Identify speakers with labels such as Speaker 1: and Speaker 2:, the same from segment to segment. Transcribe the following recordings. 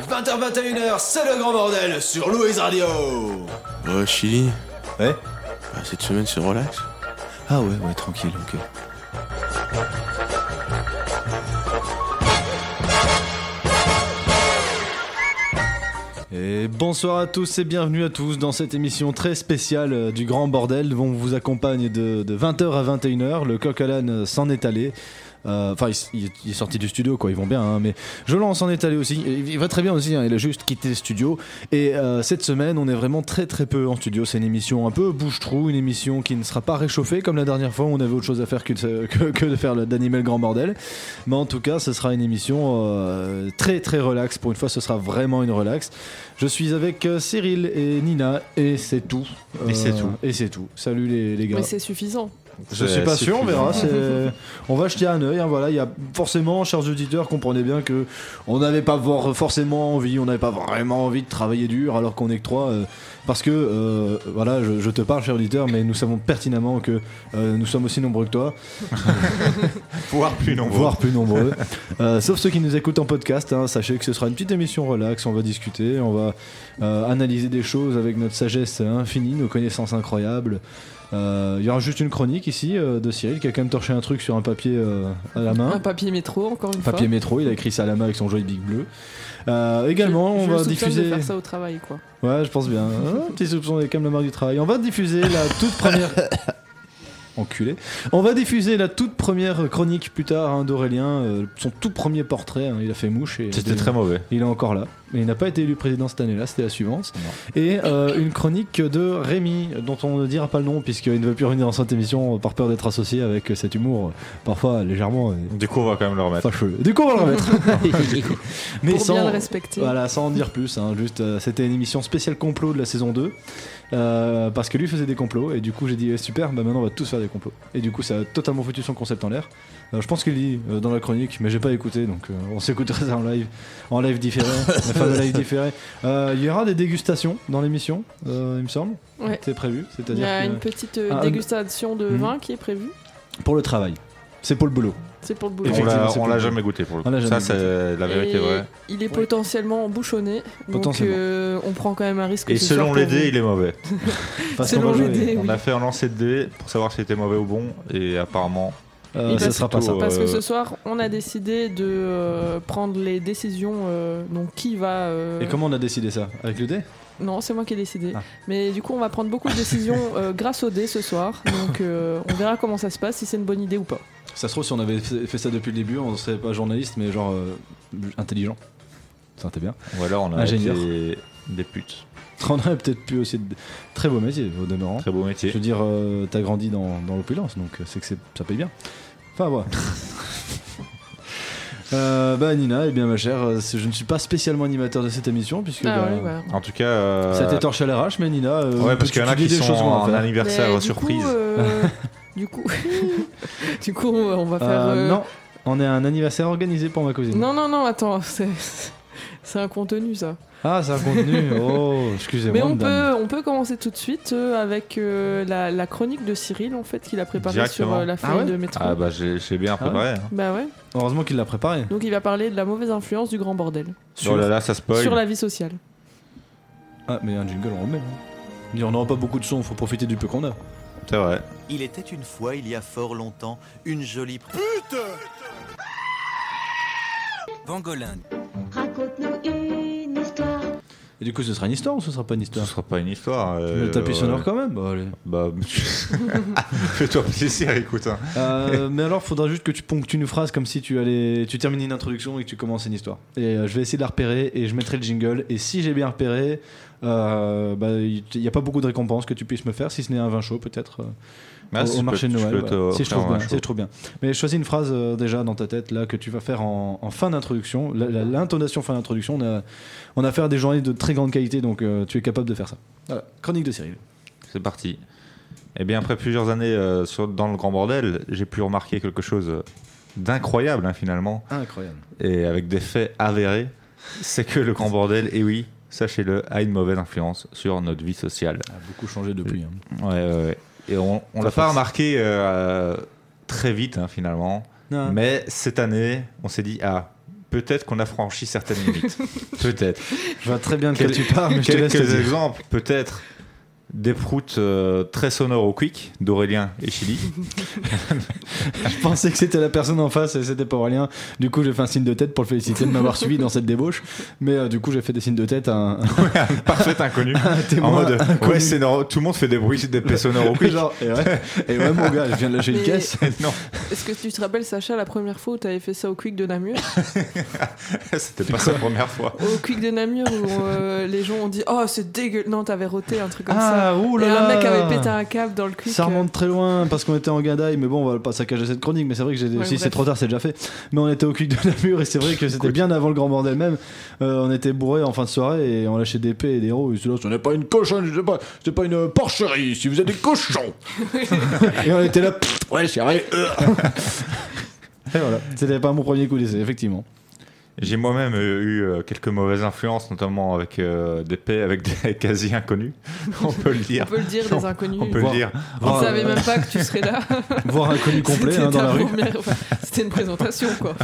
Speaker 1: 20h21h, c'est le grand bordel sur Louise Radio
Speaker 2: Ouais, Chili,
Speaker 3: Ouais
Speaker 2: bah, cette semaine c'est relax.
Speaker 3: Ah ouais, ouais, tranquille, ok. Et bonsoir à tous et bienvenue à tous dans cette émission très spéciale euh, du Grand Bordel. On vous accompagne de, 20h à 21h. Le coq à l'âne euh, s'en est allé. Euh, Enfin, il s- il, est- il est sorti du studio, quoi. Ils vont bien, hein, mais Jolan s'en est allé aussi. Et Il, il va très bien aussi. hein, il a juste quitté le studio. Et euh, cette semaine, on est vraiment très très peu en studio. C'est une émission un peu bouche-trou, une émission qui ne sera pas réchauffée comme la dernière fois. où On avait autre chose à faire que, de- que, que de faire le- d'animer le Grand Bordel. Mais en tout cas, ce sera une émission euh, très très relax. Pour une fois, ce sera vraiment une relax. Je suis avec euh, Cyril et Nina et c'est tout. Euh,
Speaker 4: Et c'est tout.
Speaker 3: Et c'est tout. Salut les, les gars.
Speaker 5: Mais c'est suffisant.
Speaker 3: Je suis pas
Speaker 4: C'est
Speaker 3: sûr, on verra.
Speaker 4: suffisant.
Speaker 3: c'est- On va jeter un œil. hein, voilà, il y a forcément, chers auditeurs, comprenez bien que on n'avait pas vor- forcément envie, on n'avait pas vraiment envie de travailler dur, alors qu'on est que trois. euh, parce que euh, voilà, je, je te parle, cher auditeur, mais nous savons pertinemment que euh, nous sommes aussi nombreux que toi,
Speaker 4: Voire plus nombreux.
Speaker 3: voire plus nombreux. Euh, sauf ceux qui nous écoutent en podcast. hein, sachez que ce sera une petite émission relax. On va discuter, on va euh, analyser des choses avec notre sagesse infinie, nos connaissances incroyables. Euh, Il y aura juste une chronique ici euh, de Cyril qui a quand même torché un truc sur un papier euh, à la main.
Speaker 5: Un papier métro, encore Ah, une
Speaker 3: Papier
Speaker 5: fois.
Speaker 3: métro, il a écrit ça à la main avec son joy big bleu. Euh, également,
Speaker 5: Je-
Speaker 3: on
Speaker 5: je le
Speaker 3: va
Speaker 5: soupçonne
Speaker 3: diffuser.
Speaker 5: de faire ça au travail, quoi.
Speaker 3: Ouais, je pense bien. Un petit soupçon des comme la marque du travail. On va diffuser la toute première. Enculé. On va diffuser la toute première chronique plus tard hein, d'Aurélien, euh, son tout premier portrait. hein, il a fait mouche et
Speaker 4: C'était très mauvais.
Speaker 3: il est encore là. Mais il n'a pas été élu président cette année-là, c'était la suivante. Et euh, une chronique de Rémi, dont on ne dira pas le nom, puisqu'il ne veut plus revenir dans cette émission euh, par peur d'être associé avec cet humour euh, parfois légèrement euh,
Speaker 4: Du coup, on va quand même le remettre.
Speaker 3: fâcheux. Du coup, on va le remettre. Mais
Speaker 5: Pour bien
Speaker 3: sans-
Speaker 5: le respecter.
Speaker 3: voilà, sans en dire plus, hein, juste euh, c'était une émission spéciale complot de la saison 2. euh, parce que lui faisait des complots et du coup j'ai dit eh, super bah maintenant on va tous faire des complots et du coup ça a totalement foutu son concept en l'air Euh, je pense qu'il dit euh, dans la chronique mais j'ai pas écouté donc euh, on s'écoutera ça en live en live différé la fameuse live différé Euh, il y aura des dégustations dans l'émission euh, il me semble
Speaker 5: Ouais.
Speaker 3: c'est prévu c'est à
Speaker 5: Il y
Speaker 3: dire
Speaker 5: a une petite euh,
Speaker 3: Ah, un-
Speaker 5: dégustation de
Speaker 3: Mhm.
Speaker 5: vin qui est prévue.
Speaker 3: pour le travail c'est pour le boulot
Speaker 5: C'est pour le
Speaker 4: Et
Speaker 5: boulot.
Speaker 4: on
Speaker 3: Effectivement,
Speaker 4: l'a-
Speaker 3: c'est
Speaker 4: on l'a
Speaker 3: plus-
Speaker 4: jamais goûté pour le
Speaker 3: On l'a
Speaker 4: coup. Ça,
Speaker 3: jamais
Speaker 4: c'est la
Speaker 5: Et
Speaker 4: vérité vraie.
Speaker 5: Il est potentiellement bouchonné. Donc
Speaker 3: Potentiellement.
Speaker 5: euh, on prend quand même un risque.
Speaker 4: Et
Speaker 5: ce soir
Speaker 4: selon
Speaker 5: pour
Speaker 4: les
Speaker 5: vous.
Speaker 4: dés, il est mauvais.
Speaker 3: Parce qu'on
Speaker 5: Selon
Speaker 3: va
Speaker 5: les
Speaker 3: jouer.
Speaker 5: dés. Et
Speaker 4: On
Speaker 5: oui.
Speaker 4: a fait un lancer de dés pour savoir si c'était mauvais ou bon, et apparemment,
Speaker 3: Euh,
Speaker 5: Il
Speaker 3: ça
Speaker 5: va
Speaker 3: sera pas ça
Speaker 4: plutôt,
Speaker 5: Parce que
Speaker 4: euh,
Speaker 5: ce soir, on a décidé de euh, prendre les décisions. euh, donc qui va. euh,
Speaker 3: et comment on a décidé ça avec le dé
Speaker 5: Non, c'est moi qui ai décidé.
Speaker 3: Ah.
Speaker 5: Mais du coup, on va prendre beaucoup de décisions euh, grâce au dé ce soir. Donc euh, on verra comment ça se passe, si c'est une bonne idée ou pas.
Speaker 3: Ça se trouve, si on avait fait fait ça depuis le début, on serait pas journaliste, mais genre euh, intelligent. Ça, t'es bien.
Speaker 4: ou alors on a
Speaker 3: Ingénieur.
Speaker 4: été des putes.
Speaker 3: On aurait peut-être pu aussi. de- Très beau métier, au demeurant.
Speaker 4: Très beau
Speaker 3: Je veux
Speaker 4: métier.
Speaker 3: dire, euh, t'as grandi dans, dans l'opulence, donc euh, c'est que c'est- ça paye bien. Enfin, voilà. Euh, bah Nina, eh bien ma chère, euh, c'est- je ne suis pas spécialement animateur de cette émission puisque
Speaker 5: Ah
Speaker 3: bah,
Speaker 5: ouais, voilà.
Speaker 4: En tout cas, euh,
Speaker 3: ça a été torché à l'arrache, mais Nina, euh,
Speaker 4: ouais, parce
Speaker 3: tu-
Speaker 4: qu'il y en
Speaker 3: tu
Speaker 4: a
Speaker 3: dis
Speaker 4: qui
Speaker 3: des
Speaker 4: sont
Speaker 3: choses qu'on va
Speaker 4: en
Speaker 3: faire.
Speaker 4: anniversaire
Speaker 5: Mais du
Speaker 4: surprise.
Speaker 5: Coup, euh, du coup, du coup, euh, on va faire.
Speaker 3: Euh,
Speaker 5: euh,
Speaker 3: Non, on est à un anniversaire organisé pour ma cousine.
Speaker 5: non, non, non, attends, c'est c'est un contenu ça.
Speaker 3: Ah, ça a contenu. oh, excusez-moi.
Speaker 5: Mais on
Speaker 3: madame.
Speaker 5: peut, on peut commencer tout de suite euh, avec euh, la, la chronique de Cyril en fait qu'il a préparée sur
Speaker 4: Directement.
Speaker 5: euh, la feuille
Speaker 3: ouais
Speaker 5: de métro.
Speaker 4: Ah bah, j'ai j'ai bien préparé. hein.
Speaker 5: Bah ouais.
Speaker 3: Heureusement qu'il l'a préparé.
Speaker 5: Donc il va parler de la mauvaise influence du grand bordel
Speaker 4: Oh
Speaker 3: Sur-
Speaker 4: là là, ça
Speaker 5: sur
Speaker 4: spoil.
Speaker 5: la vie sociale.
Speaker 3: Ah, mais un jingle, on remet. Hein. Il y en aura pas beaucoup de sons, faut profiter du peu qu'on a.
Speaker 4: C'est vrai.
Speaker 6: Il était une fois, il y a fort longtemps, une jolie pute. Pangolin.
Speaker 7: Raconte-nous une histoire.
Speaker 3: Et du coup, ce sera une histoire ou ce sera pas une
Speaker 4: Ce
Speaker 3: histoire
Speaker 4: sera pas une histoire.
Speaker 3: Le
Speaker 4: euh,
Speaker 3: tapis
Speaker 4: ouais.
Speaker 3: sonore quand même Bah, allez.
Speaker 4: Bah, fais-toi plaisir, écoute. hein.
Speaker 3: Euh, mais alors, faudra juste que tu ponctues une phrase comme si tu allais, tu termines une introduction et que tu commences une histoire. Et euh, je vais essayer de la repérer et je mettrai le jingle. Et si j'ai bien repéré, euh, bah, il n'y a pas beaucoup de récompenses que tu puisses me faire, si ce n'est un vin chaud peut-être. euh,
Speaker 4: Ah,
Speaker 3: au,
Speaker 4: si
Speaker 3: au
Speaker 4: je
Speaker 3: marché
Speaker 4: peux-
Speaker 3: de
Speaker 4: je
Speaker 3: Noël.
Speaker 4: peux
Speaker 3: ouais.
Speaker 4: te
Speaker 3: Si je
Speaker 4: offrir
Speaker 3: trouve
Speaker 4: un
Speaker 3: bien,
Speaker 4: show.
Speaker 3: si je trouve bien. Mais choisis une phrase euh, déjà dans ta tête là que tu vas faire en, en fin d'introduction. La- la- L'intonation fin d'introduction, on a, on a affaire à des journées de très grande qualité, donc euh, tu es capable de faire ça. Voilà. Chronique de Cyril.
Speaker 4: C'est parti. Eh bien, après plusieurs années euh, sur- dans le grand bordel, j'ai pu remarquer quelque chose d'incroyable, hein, finalement,
Speaker 3: Incroyable.
Speaker 4: et avec des faits avérés. C'est que le grand bordel, et oui, sachez-le, a une mauvaise influence sur notre vie sociale.
Speaker 3: A beaucoup changé depuis. hein.
Speaker 4: Ouais, ouais, ouais. Et on, on l'a pas remarqué euh, très vite, hein, finalement.
Speaker 3: Non.
Speaker 4: Mais cette année, on s'est dit, ah, peut-être qu'on a franchi certaines limites. peut-être.
Speaker 3: Je vois très bien de quoi
Speaker 4: Quel-
Speaker 3: tu parles, Ah, mais je te laisse
Speaker 4: Quelques
Speaker 3: le dire.
Speaker 4: exemples, peut-être des proutes euh, très sonores au quick d'Aurélien et Chili.
Speaker 3: Je pensais que c'était la personne en face et c'était pas Aurélien. Du coup, j'ai fait un signe de tête pour le féliciter de m'avoir suivi dans cette débauche. Mais euh, du coup, j'ai fait des signes de tête à un,
Speaker 4: Parfait inconnu.
Speaker 3: à un témoin.
Speaker 4: en mode,
Speaker 3: inconnu.
Speaker 4: ouais, c'est nor- tout le monde fait des bruits, des paix sonores au quick.
Speaker 3: Genre, et ouais, et ouais, mon gars, je viens de lâcher une
Speaker 5: Mais-
Speaker 3: caisse.
Speaker 4: non,
Speaker 5: Est-ce que tu te rappelles, Sacha, la première fois où t'avais fait ça au Quick de Namur
Speaker 4: c'était pas sa première fois.
Speaker 5: Au Quick de Namur, où euh, les gens ont dit Oh, c'est dégueulasse. Non, t'avais roté un truc comme ça.
Speaker 3: Ah, ouh
Speaker 5: Et
Speaker 3: là
Speaker 5: un mec
Speaker 3: là.
Speaker 5: avait pété un câble dans le Quick.
Speaker 3: Ça remonte très loin parce qu'on était en Gadaï, mais bon, on va pas saccager cette chronique. Mais c'est vrai que j'ai
Speaker 5: Ouais,
Speaker 3: si c'est
Speaker 5: bref.
Speaker 3: trop tard, c'est déjà fait. Mais on était au cul de la mur et c'est vrai que c'était bien avant le grand bordel même. Euh, on était bourré en fin de soirée et on lâchait des pets et des roues. Et c'est là,
Speaker 1: Ce n'est pas une cochonne, c'est pas, c'est pas une porcherie, si vous êtes des cochons.
Speaker 3: et on était là. pff,
Speaker 1: Ouais, c'est vrai. euh.
Speaker 3: Et voilà. C'était pas mon premier coup d'essai, effectivement.
Speaker 4: J'ai moi-même euh, eu euh, quelques mauvaises influences, notamment avec euh, des paix, avec des quasi inconnus. On peut le
Speaker 5: On
Speaker 4: dire.
Speaker 5: peut le dire, des inconnus.
Speaker 4: On peut
Speaker 3: Voir-
Speaker 4: le dire.
Speaker 5: On
Speaker 3: Voir,
Speaker 5: savait
Speaker 3: euh,
Speaker 5: même pas que tu serais là.
Speaker 3: voir un connu complet
Speaker 5: C'était
Speaker 3: hein, dans
Speaker 5: ta
Speaker 3: la rue.
Speaker 5: première- enfin, C'était une présentation, quoi.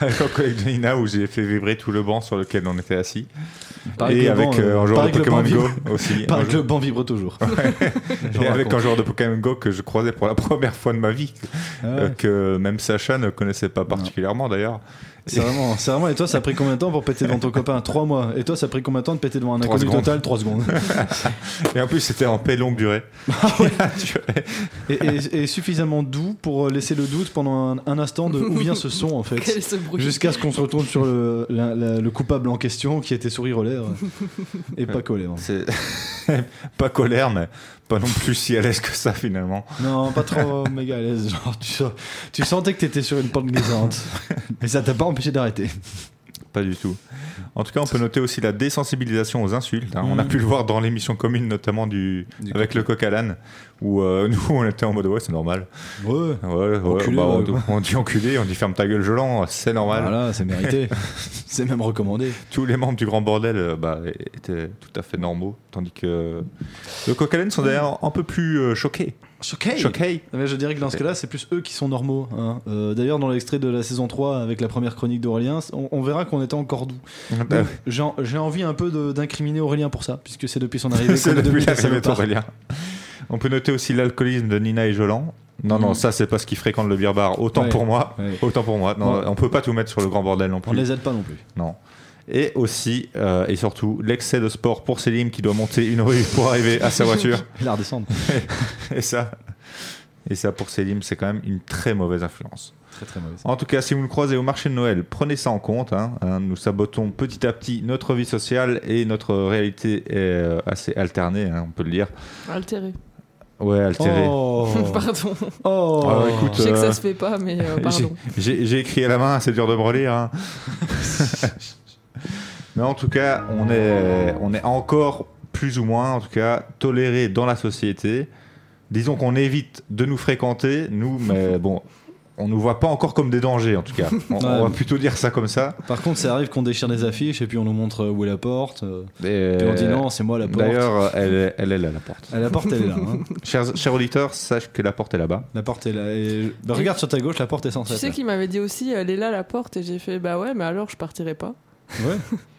Speaker 4: Avec un collègue de Nina où j'ai fait vibrer tout le banc sur lequel on était assis.
Speaker 3: Pareil que
Speaker 4: Et
Speaker 3: le
Speaker 4: avec
Speaker 3: banc,
Speaker 4: euh, un joueur
Speaker 3: pareil
Speaker 4: de
Speaker 3: que le
Speaker 4: Pokémon
Speaker 3: banc
Speaker 4: Go
Speaker 3: vibre-
Speaker 4: aussi.
Speaker 3: pareil
Speaker 4: Un
Speaker 3: que le banc vibre toujours.
Speaker 4: Et avec un joueur de Pokémon Go que je croisais pour la première fois de ma vie,
Speaker 3: Ah
Speaker 4: euh, que même Sacha ne connaissait pas particulièrement d'ailleurs.
Speaker 3: C'est vraiment, c'est vraiment. Et toi, ça a pris combien de temps pour péter devant ton copain Trois mois. Et toi, ça a pris combien de temps de péter devant un
Speaker 4: Trois
Speaker 3: inconnu
Speaker 4: secondes.
Speaker 3: total Trois secondes.
Speaker 4: Et en plus, c'était en paix longue durée.
Speaker 3: Ah Et, et- et suffisamment doux pour euh, laisser le doute pendant un, un instant de où vient ce son en fait.
Speaker 5: Quel ce bruit.
Speaker 3: Jusqu'à ce qu'on se retourne sur le, la- la- le coupable en question qui était sourire aux lèvres et pas colère.
Speaker 4: C'est pas colère, mais pas non plus si à l'aise que ça finalement.
Speaker 3: Non, pas trop méga à l'aise. Genre, tu, sens- tu sentais que t'étais sur une pente glissante. Mais ça t'a pas empêché d'arrêter.
Speaker 4: Pas du tout. En tout cas, on peut noter aussi la désensibilisation aux insultes. hein. On a pu le voir dans l'émission commune, notamment du,
Speaker 3: Mm. Du
Speaker 4: avec le coq à l'âne, où euh, nous, on était en mode ouais, c'est normal.
Speaker 3: Ouais.
Speaker 4: Ouais, ouais,
Speaker 3: Enculé,
Speaker 4: bah, on,
Speaker 3: ouais, quoi.
Speaker 4: on dit enculé, on dit ferme ta gueule, Jolan, c'est normal.
Speaker 3: Voilà, c'est mérité. c'est même recommandé.
Speaker 4: Tous les membres du grand bordel euh, bah, étaient tout à fait normaux, tandis que le coq à l'âne
Speaker 3: Mm.
Speaker 4: sont d'ailleurs un peu plus euh, choqués.
Speaker 3: Choqué.
Speaker 4: Choqués.
Speaker 3: Mais je dirais que dans ce cas-là, c'est plus eux qui sont normaux. hein. Euh, D'ailleurs, dans l'extrait de la saison 3 avec la première chronique d'Aurélien, on, on verra qu'on était encore doux.
Speaker 4: Bah,
Speaker 3: Donc, J'ai j'ai envie un peu de- d'incriminer Aurélien pour ça, puisque c'est depuis son arrivée.
Speaker 4: C'est
Speaker 3: qu'on est devenu
Speaker 4: depuis
Speaker 3: des
Speaker 4: l'arrivée
Speaker 3: salopards.
Speaker 4: d'Aurélien. On peut noter aussi l'alcoolisme de Nina et Jolan. Non, non, ça c'est parce qu'ils fréquentent le beer bar. Autant
Speaker 3: Mm. Ouais.
Speaker 4: pour moi.
Speaker 3: Ouais.
Speaker 4: Autant pour moi. Non,
Speaker 3: Ouais.
Speaker 4: On peut pas tout mettre sur le grand bordel non
Speaker 3: On
Speaker 4: plus.
Speaker 3: ne les aide pas non plus.
Speaker 4: Non. Et aussi, euh, et surtout, l'excès de sport pour Selim qui doit monter une rue pour arriver à sa voiture.
Speaker 3: Et la redescendre.
Speaker 4: Et ça, et ça pour Selim, c'est quand même une très mauvaise influence.
Speaker 3: Très très mauvaise.
Speaker 4: En tout cas, si vous le croisez au marché de Noël, prenez ça en compte. hein, hein. nous sabotons petit à petit notre vie sociale et notre réalité est euh, assez alternée, hein, on peut le dire.
Speaker 5: Altéré.
Speaker 4: Ouais, altérée.
Speaker 3: Oh.
Speaker 5: Pardon.
Speaker 3: Oh.
Speaker 4: Ah, écoute,
Speaker 5: Je sais que
Speaker 4: euh,
Speaker 5: ça se fait pas, mais euh, pardon.
Speaker 4: J'ai j'ai écrit à la main, c'est dur de me relire. hein. Mais en tout cas, on est, on est encore plus ou moins, en tout cas, toléré dans la société. Disons qu'on évite de nous fréquenter, nous, mais bon, on nous voit pas encore comme des dangers, en tout cas. On, on
Speaker 3: Ouais.
Speaker 4: va plutôt dire ça comme ça.
Speaker 3: Par contre, ça arrive qu'on déchire des affiches et puis on nous montre où est la porte. euh,
Speaker 4: Et-
Speaker 3: Puis on dit non, c'est moi la porte.
Speaker 4: D'ailleurs, elle, est- elle est là, la porte.
Speaker 3: Ah, La porte, elle est là. hein.
Speaker 4: Chers, chers auditeurs, sache que la porte est là-bas.
Speaker 3: La porte est là. Et... bah, regarde sur ta gauche, la porte est
Speaker 5: Tu
Speaker 3: censée
Speaker 5: sais
Speaker 3: être
Speaker 5: qu'il m'avait dit aussi Elle est là la porte, et j'ai fait Bah ouais, mais alors je partirai pas.
Speaker 3: là. Ouais.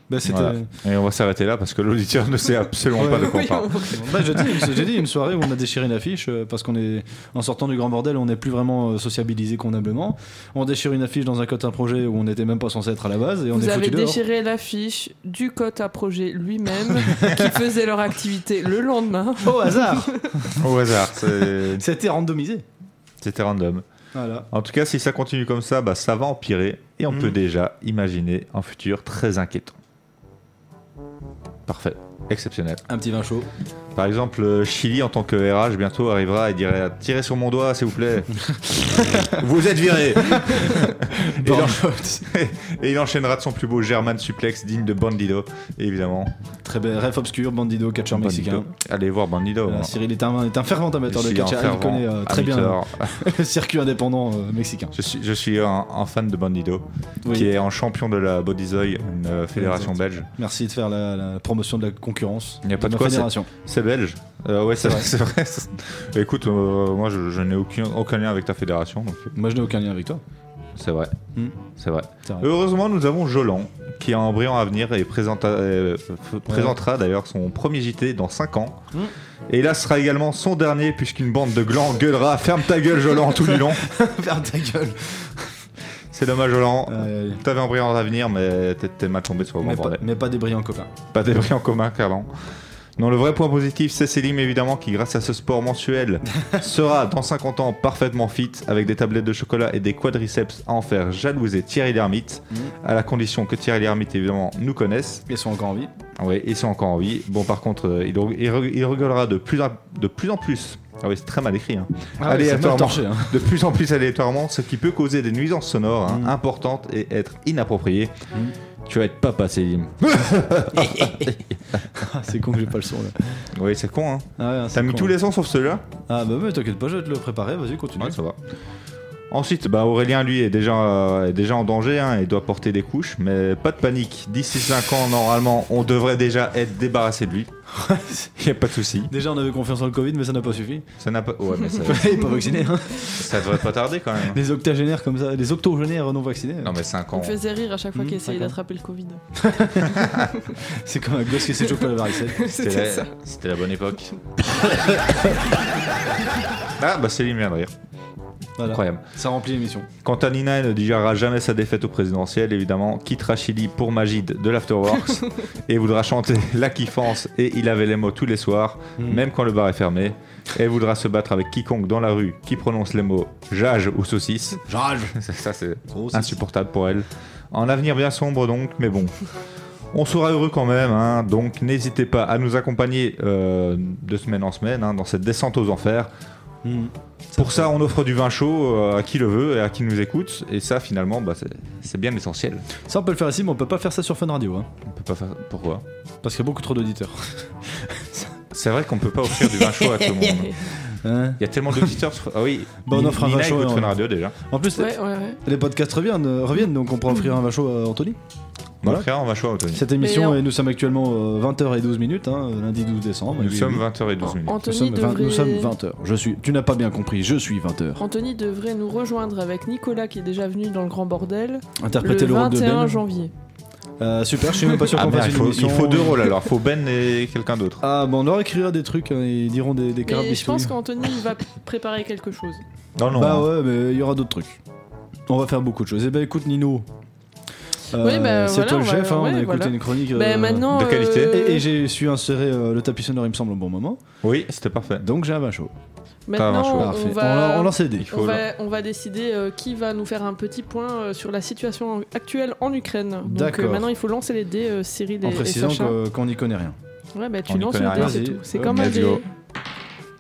Speaker 3: Bah, c'était.
Speaker 4: Voilà. Et on va s'arrêter là parce que l'auditeur ne sait absolument
Speaker 3: Ouais.
Speaker 4: pas de quoi on
Speaker 5: Oui,
Speaker 4: parle.
Speaker 5: en vrai.
Speaker 3: Bah, je dis, une- j'ai dit une soirée où on a déchiré une affiche euh, parce qu'on est en sortant du grand bordel, on n'est plus vraiment euh, sociabilisé convenablement. On déchire une affiche dans un code un projet où on n'était même pas censé être à la base et on
Speaker 5: Vous
Speaker 3: est foutu
Speaker 5: avez
Speaker 3: dehors.
Speaker 5: déchiré l'affiche du cote à projet lui-même, qui faisait leur activité le lendemain.
Speaker 3: Au hasard,
Speaker 4: Au hasard, c'est-
Speaker 3: c'était randomisé.
Speaker 4: c'était random.
Speaker 3: Voilà.
Speaker 4: En tout cas, si ça continue comme ça, bah, ça va empirer et on peut
Speaker 3: Mm.
Speaker 4: déjà imaginer un futur très inquiétant. Parfait, exceptionnel.
Speaker 3: Un petit vin chaud.
Speaker 4: Par exemple, euh, Chili en tant que RH bientôt arrivera et dira tirez sur mon doigt s'il vous plaît. vous êtes viré. et, il en- et il enchaînera de son plus beau German suplex digne de Bandido, évidemment.
Speaker 3: Très bel ref obscur, bandido, catcheur mexicain.
Speaker 4: Bandido. Allez voir Bandido.
Speaker 3: Voilà,
Speaker 4: hein.
Speaker 3: Cyril est un, est un fervent amateur
Speaker 4: Je
Speaker 3: de
Speaker 4: suis un
Speaker 3: catch. Ah,
Speaker 4: fervent
Speaker 3: Il connaît euh, très bien
Speaker 4: amateur.
Speaker 3: le circuit indépendant euh, mexicain.
Speaker 4: Je suis, je suis un, un fan de Bandido,
Speaker 3: Oui.
Speaker 4: qui est un champion de la Bodyzoy, une euh, fédération
Speaker 3: Exact.
Speaker 4: belge.
Speaker 3: Merci de faire la, la promotion de la concurrence.
Speaker 4: Il n'y a pas de
Speaker 3: ma
Speaker 4: quoi,
Speaker 3: fédération.
Speaker 4: C'est belge Euh, Ouais, c'est vrai. c'est vrai. Écoute, euh, moi je, je n'ai aucun, aucun lien avec ta fédération. donc,
Speaker 3: Moi, je n'ai aucun lien avec toi.
Speaker 4: C'est vrai.
Speaker 3: Hmm.
Speaker 4: C'est vrai.
Speaker 3: C'est vrai.
Speaker 4: Heureusement, nous avons Jolan, qui a un brillant avenir et présenta- euh, f- présentera d'ailleurs son premier JT dans 5 ans.
Speaker 3: Hmm.
Speaker 4: Et là, ce sera également son dernier, puisqu'une bande de glands gueulera Ferme ta gueule, Jolan, tout du long.
Speaker 1: Ferme ta gueule.
Speaker 4: C'est dommage, Jolan.
Speaker 3: Euh,
Speaker 4: T'avais un brillant avenir, mais t'es- t'es mal tombé sur le bon
Speaker 3: mais, pas,
Speaker 4: bordel.
Speaker 3: mais pas des brillants copains.
Speaker 4: Pas des bris en commun, clairement. Non, le vrai point positif, c'est Selim, évidemment, qui, grâce à ce sport mensuel, sera dans 50 ans parfaitement fit, avec des tablettes de chocolat et des quadriceps à en faire jalouser Thierry Lhermitte,
Speaker 3: Mhm.
Speaker 4: à la condition que Thierry Lhermitte, évidemment, nous connaisse.
Speaker 3: Ils sont encore en vie.
Speaker 4: Oui, ils sont encore en vie. Bon, par contre, euh, il, il re- il rigolera de plus, en- de plus en plus. Ah oui, c'est très mal écrit, hein
Speaker 3: Ah ouais, c'est mal
Speaker 4: Aléatoirement.
Speaker 3: torché, hein.
Speaker 4: de plus en plus aléatoirement, ce qui peut causer des nuisances sonores hein,
Speaker 3: Mm.
Speaker 4: importantes et être inappropriées.
Speaker 3: Mm.
Speaker 4: Tu vas être papa, Céline.
Speaker 3: Ah, c'est con que j'ai pas le son là.
Speaker 4: Oui, c'est con, hein.
Speaker 3: Ah, ouais, c'est
Speaker 4: T'as mis
Speaker 3: con.
Speaker 4: tous les sons sauf celui-là
Speaker 3: Ah bah ouais, t'inquiète pas, je vais te le préparer, vas-y, continue.
Speaker 4: Ouais, ça va. Ensuite, bah, Aurélien, lui, est déjà, euh, est déjà en danger hein, et doit porter des couches, mais pas de panique. D'ici 5 ans, normalement, on devrait déjà être débarrassé de lui. Il a pas de souci.
Speaker 3: Déjà, on avait confiance en le Covid, mais ça n'a pas suffi.
Speaker 4: Ça n'a pas. Ouais, mais ça,
Speaker 3: Il est pas vacciné, hein.
Speaker 4: ça devrait pas tarder quand même. hein.
Speaker 3: Les octogénaires comme ça, les octogénaires non vaccinés,
Speaker 4: Non, mais 5
Speaker 5: Il
Speaker 4: ans.
Speaker 5: me faisait rire à chaque fois
Speaker 3: Mmh,
Speaker 5: qu'il essayait
Speaker 3: d'accord.
Speaker 5: d'attraper le Covid.
Speaker 3: c'est comme un gosse qui s'est chopé à la varicelle.
Speaker 5: C'était ça.
Speaker 4: C'était la bonne époque. ah, bah, Céline vient de rire.
Speaker 3: Voilà.
Speaker 4: Incroyable.
Speaker 3: Ça remplit l'émission.
Speaker 4: Quant à Nina, elle ne digérera jamais sa défaite au présidentiel, évidemment, quittera Chili pour Magid de l'Afterworks et voudra chanter La Kiffance et Il avait les mots tous les soirs,
Speaker 3: Mm.
Speaker 4: même quand le bar est fermé. Elle voudra se battre avec quiconque dans la rue qui prononce les mots jage ou saucisse.
Speaker 1: Jage.
Speaker 4: Ça, c'est
Speaker 3: Gros, c'est-
Speaker 4: insupportable pour elle. Un avenir bien sombre donc, mais bon. On sera heureux quand même, hein, donc n'hésitez pas à nous accompagner euh, de semaine en semaine hein, dans cette descente aux enfers.
Speaker 3: Mm.
Speaker 4: Hmm. Pour ça, on offre du vin chaud euh, à qui le veut et à qui nous écoute. Et ça, finalement, bah, c'est- c'est bien l'essentiel.
Speaker 3: Ça, on peut le faire ici, mais on peut pas faire ça sur Fun Radio, hein,
Speaker 4: On peut pas faire. Pourquoi
Speaker 3: parce qu'il y a beaucoup trop d'auditeurs.
Speaker 4: C'est vrai qu'on peut pas offrir du vin chaud à tout le monde.
Speaker 3: Hein
Speaker 4: Il y a tellement d'auditeurs. sur- Ah oui.
Speaker 3: Bah, on
Speaker 4: Ni-
Speaker 3: offre un
Speaker 4: Nina
Speaker 3: vin chaud,
Speaker 4: écoute
Speaker 3: hein.
Speaker 4: Fun Radio déjà.
Speaker 3: en plus,
Speaker 5: Ouais, ouais, ouais.
Speaker 3: les podcasts reviennent, euh, reviennent, donc on pourra offrir un vachot à Anthony.
Speaker 4: On
Speaker 3: Voilà.
Speaker 4: offrira un vin chaud à Anthony.
Speaker 3: Cette émission,
Speaker 5: Et on-
Speaker 3: et nous sommes actuellement euh, 20h12 minutes, hein, lundi 12 décembre.
Speaker 4: Nous
Speaker 3: Et oui,
Speaker 4: sommes
Speaker 3: oui.
Speaker 4: 20h12 minutes.
Speaker 3: Nous
Speaker 5: Anthony,
Speaker 3: sommes, vingt-
Speaker 5: devrait...
Speaker 3: nous sommes 20h. Je suis. Tu n'as pas bien compris. Je suis 20h.
Speaker 5: Anthony devrait nous rejoindre avec Nicolas qui est déjà venu dans le grand bordel
Speaker 3: Interpréter
Speaker 5: le
Speaker 3: le, rôle de
Speaker 5: 21
Speaker 3: Ben.
Speaker 5: janvier.
Speaker 3: Euh, super. Je suis même pas sûr
Speaker 4: Ah
Speaker 3: qu'on
Speaker 4: merde,
Speaker 3: fasse
Speaker 4: il
Speaker 3: une
Speaker 4: faut,
Speaker 3: émission.
Speaker 4: il faut deux rôles alors. Faut Ben et quelqu'un d'autre.
Speaker 3: Ah bon, on leur écrira des trucs. hein, ils diront des, des cartes
Speaker 5: Mais je
Speaker 3: biscuits.
Speaker 5: pense qu'Anthony il va préparer quelque chose.
Speaker 4: Non, non.
Speaker 3: Bah
Speaker 4: hein.
Speaker 3: ouais, mais il y aura d'autres trucs. On va faire beaucoup de choses. Et ben écoute Nino. euh,
Speaker 5: Oui, bah,
Speaker 3: c'est
Speaker 5: voilà,
Speaker 3: toi le
Speaker 5: on va-
Speaker 3: chef. hein, on a
Speaker 5: ouais,
Speaker 3: écouté
Speaker 5: voilà.
Speaker 3: une chronique.
Speaker 5: Bah,
Speaker 3: euh,
Speaker 5: maintenant.
Speaker 4: de qualité.
Speaker 5: euh,
Speaker 3: Et, et j'ai su insérer euh, le tapis sonore, il me semble, au bon moment.
Speaker 4: Oui, c'était parfait.
Speaker 3: Donc j'ai un vin chaud.
Speaker 4: Pas un
Speaker 5: Maintenant,
Speaker 3: Parfait.
Speaker 5: on
Speaker 3: On,
Speaker 5: va.
Speaker 3: lance les dés.
Speaker 4: Il
Speaker 5: on
Speaker 4: faut.
Speaker 5: va- on va décider euh, qui va nous faire un petit point euh, sur la situation actuelle en Ukraine. Donc
Speaker 3: D'accord.
Speaker 5: euh, maintenant, il faut lancer les dés, euh, Cyril et,
Speaker 3: En
Speaker 5: et
Speaker 3: précisant
Speaker 5: Sacha.
Speaker 3: que- qu'on n'y connaît rien.
Speaker 5: Ouais, bah tu
Speaker 4: On y
Speaker 5: lances
Speaker 4: connaît
Speaker 5: le dé,
Speaker 4: rien.
Speaker 5: c'est
Speaker 3: Vas-y.
Speaker 5: tout. C'est
Speaker 3: Euh,
Speaker 5: comme un
Speaker 4: let's
Speaker 5: dé.
Speaker 4: go.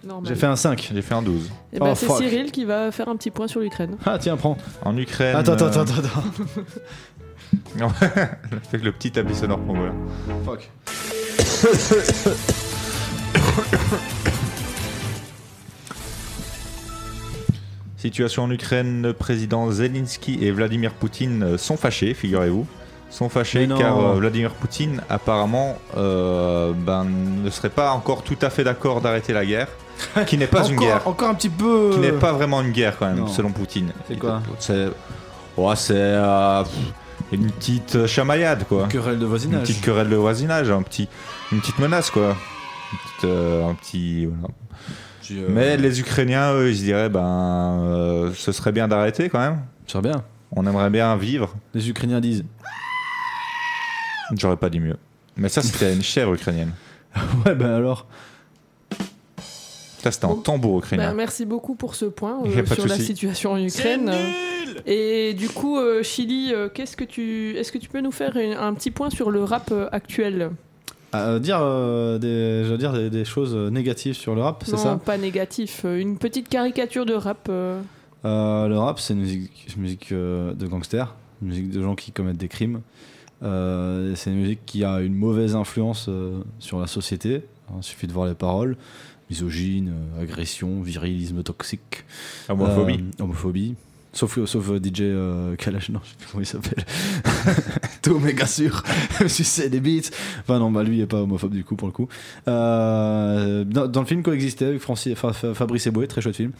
Speaker 5: Normal.
Speaker 3: J'ai fait un 5.
Speaker 4: J'ai fait un 12.
Speaker 5: Et bah,
Speaker 3: Oh,
Speaker 5: c'est
Speaker 3: fuck.
Speaker 5: Cyril qui va faire un petit point sur l'Ukraine.
Speaker 3: Ah tiens, prends.
Speaker 4: En Ukraine.
Speaker 3: Attends, attends,
Speaker 4: euh,
Speaker 3: attends, attends. attends.
Speaker 4: Avec le petit tapis sonore pour moi.
Speaker 3: Fuck.
Speaker 4: Situation en Ukraine, le président Zelensky et Vladimir Poutine euh, sont fâchés, figurez-vous. Sont
Speaker 3: Mais
Speaker 4: fâchés
Speaker 3: non.
Speaker 4: car euh, Vladimir Poutine apparemment euh, ben, ne serait pas encore tout à fait d'accord d'arrêter la guerre, qui n'est pas une
Speaker 3: Encore-
Speaker 4: guerre,
Speaker 3: Encore un petit peu. euh,
Speaker 4: qui n'est pas vraiment une guerre quand même,
Speaker 3: Non.
Speaker 4: selon Poutine.
Speaker 3: C'est quoi
Speaker 4: C'est ouais, c'est, euh, pff, une petite euh, chamaillade quoi,
Speaker 3: Querelle de
Speaker 4: une
Speaker 3: voisinage.
Speaker 4: petite querelle de voisinage, un petit, une petite menace quoi, Une petite, euh, un petit voilà,
Speaker 3: Puis, euh,
Speaker 4: mais les Ukrainiens, eux, ils se diraient, ben, euh, ce serait bien d'arrêter quand même.
Speaker 3: Ça va bien.
Speaker 4: On aimerait bien vivre.
Speaker 3: Les Ukrainiens disent.
Speaker 4: J'aurais pas dit mieux. Mais ça, c'était une chèvre ukrainienne.
Speaker 3: Ouais, ben alors.
Speaker 4: Ça, c'était un tambour
Speaker 5: Bah,
Speaker 4: ukrainien.
Speaker 5: merci beaucoup pour ce point
Speaker 4: Y a
Speaker 5: euh,
Speaker 4: pas de
Speaker 5: sur la
Speaker 4: souci.
Speaker 5: situation en Ukraine. euh. Et du coup, euh, Chili, euh, qu'est-ce que tu, est-ce que tu peux nous faire une- un petit point sur le rap euh, actuel
Speaker 3: Ah, euh, dire euh, des, je veux dire des, des choses euh, négatives sur le rap, c'est
Speaker 5: Non,
Speaker 3: ça
Speaker 5: pas négatif. euh, Une petite caricature de rap. euh.
Speaker 3: Euh, Le rap, c'est une musique, musique euh, de gangsters, une musique de gens qui commettent des crimes. Euh, c'est une musique qui a une mauvaise influence euh, sur la société. Il suffit de voir les paroles misogyne, euh, agression, virilisme toxique,
Speaker 4: Homophobie.
Speaker 3: euh, homophobie, Sauf, sauf euh, DJ euh, Kalash, non, je sais plus comment il s'appelle. Tout méga sûr, sucer des beats. Enfin, non, bah lui, il est pas homophobe du coup, pour le coup. Euh, dans, dans le film coexistait avec Francis, Fa- Fa- Fabrice Eboué, très chouette film.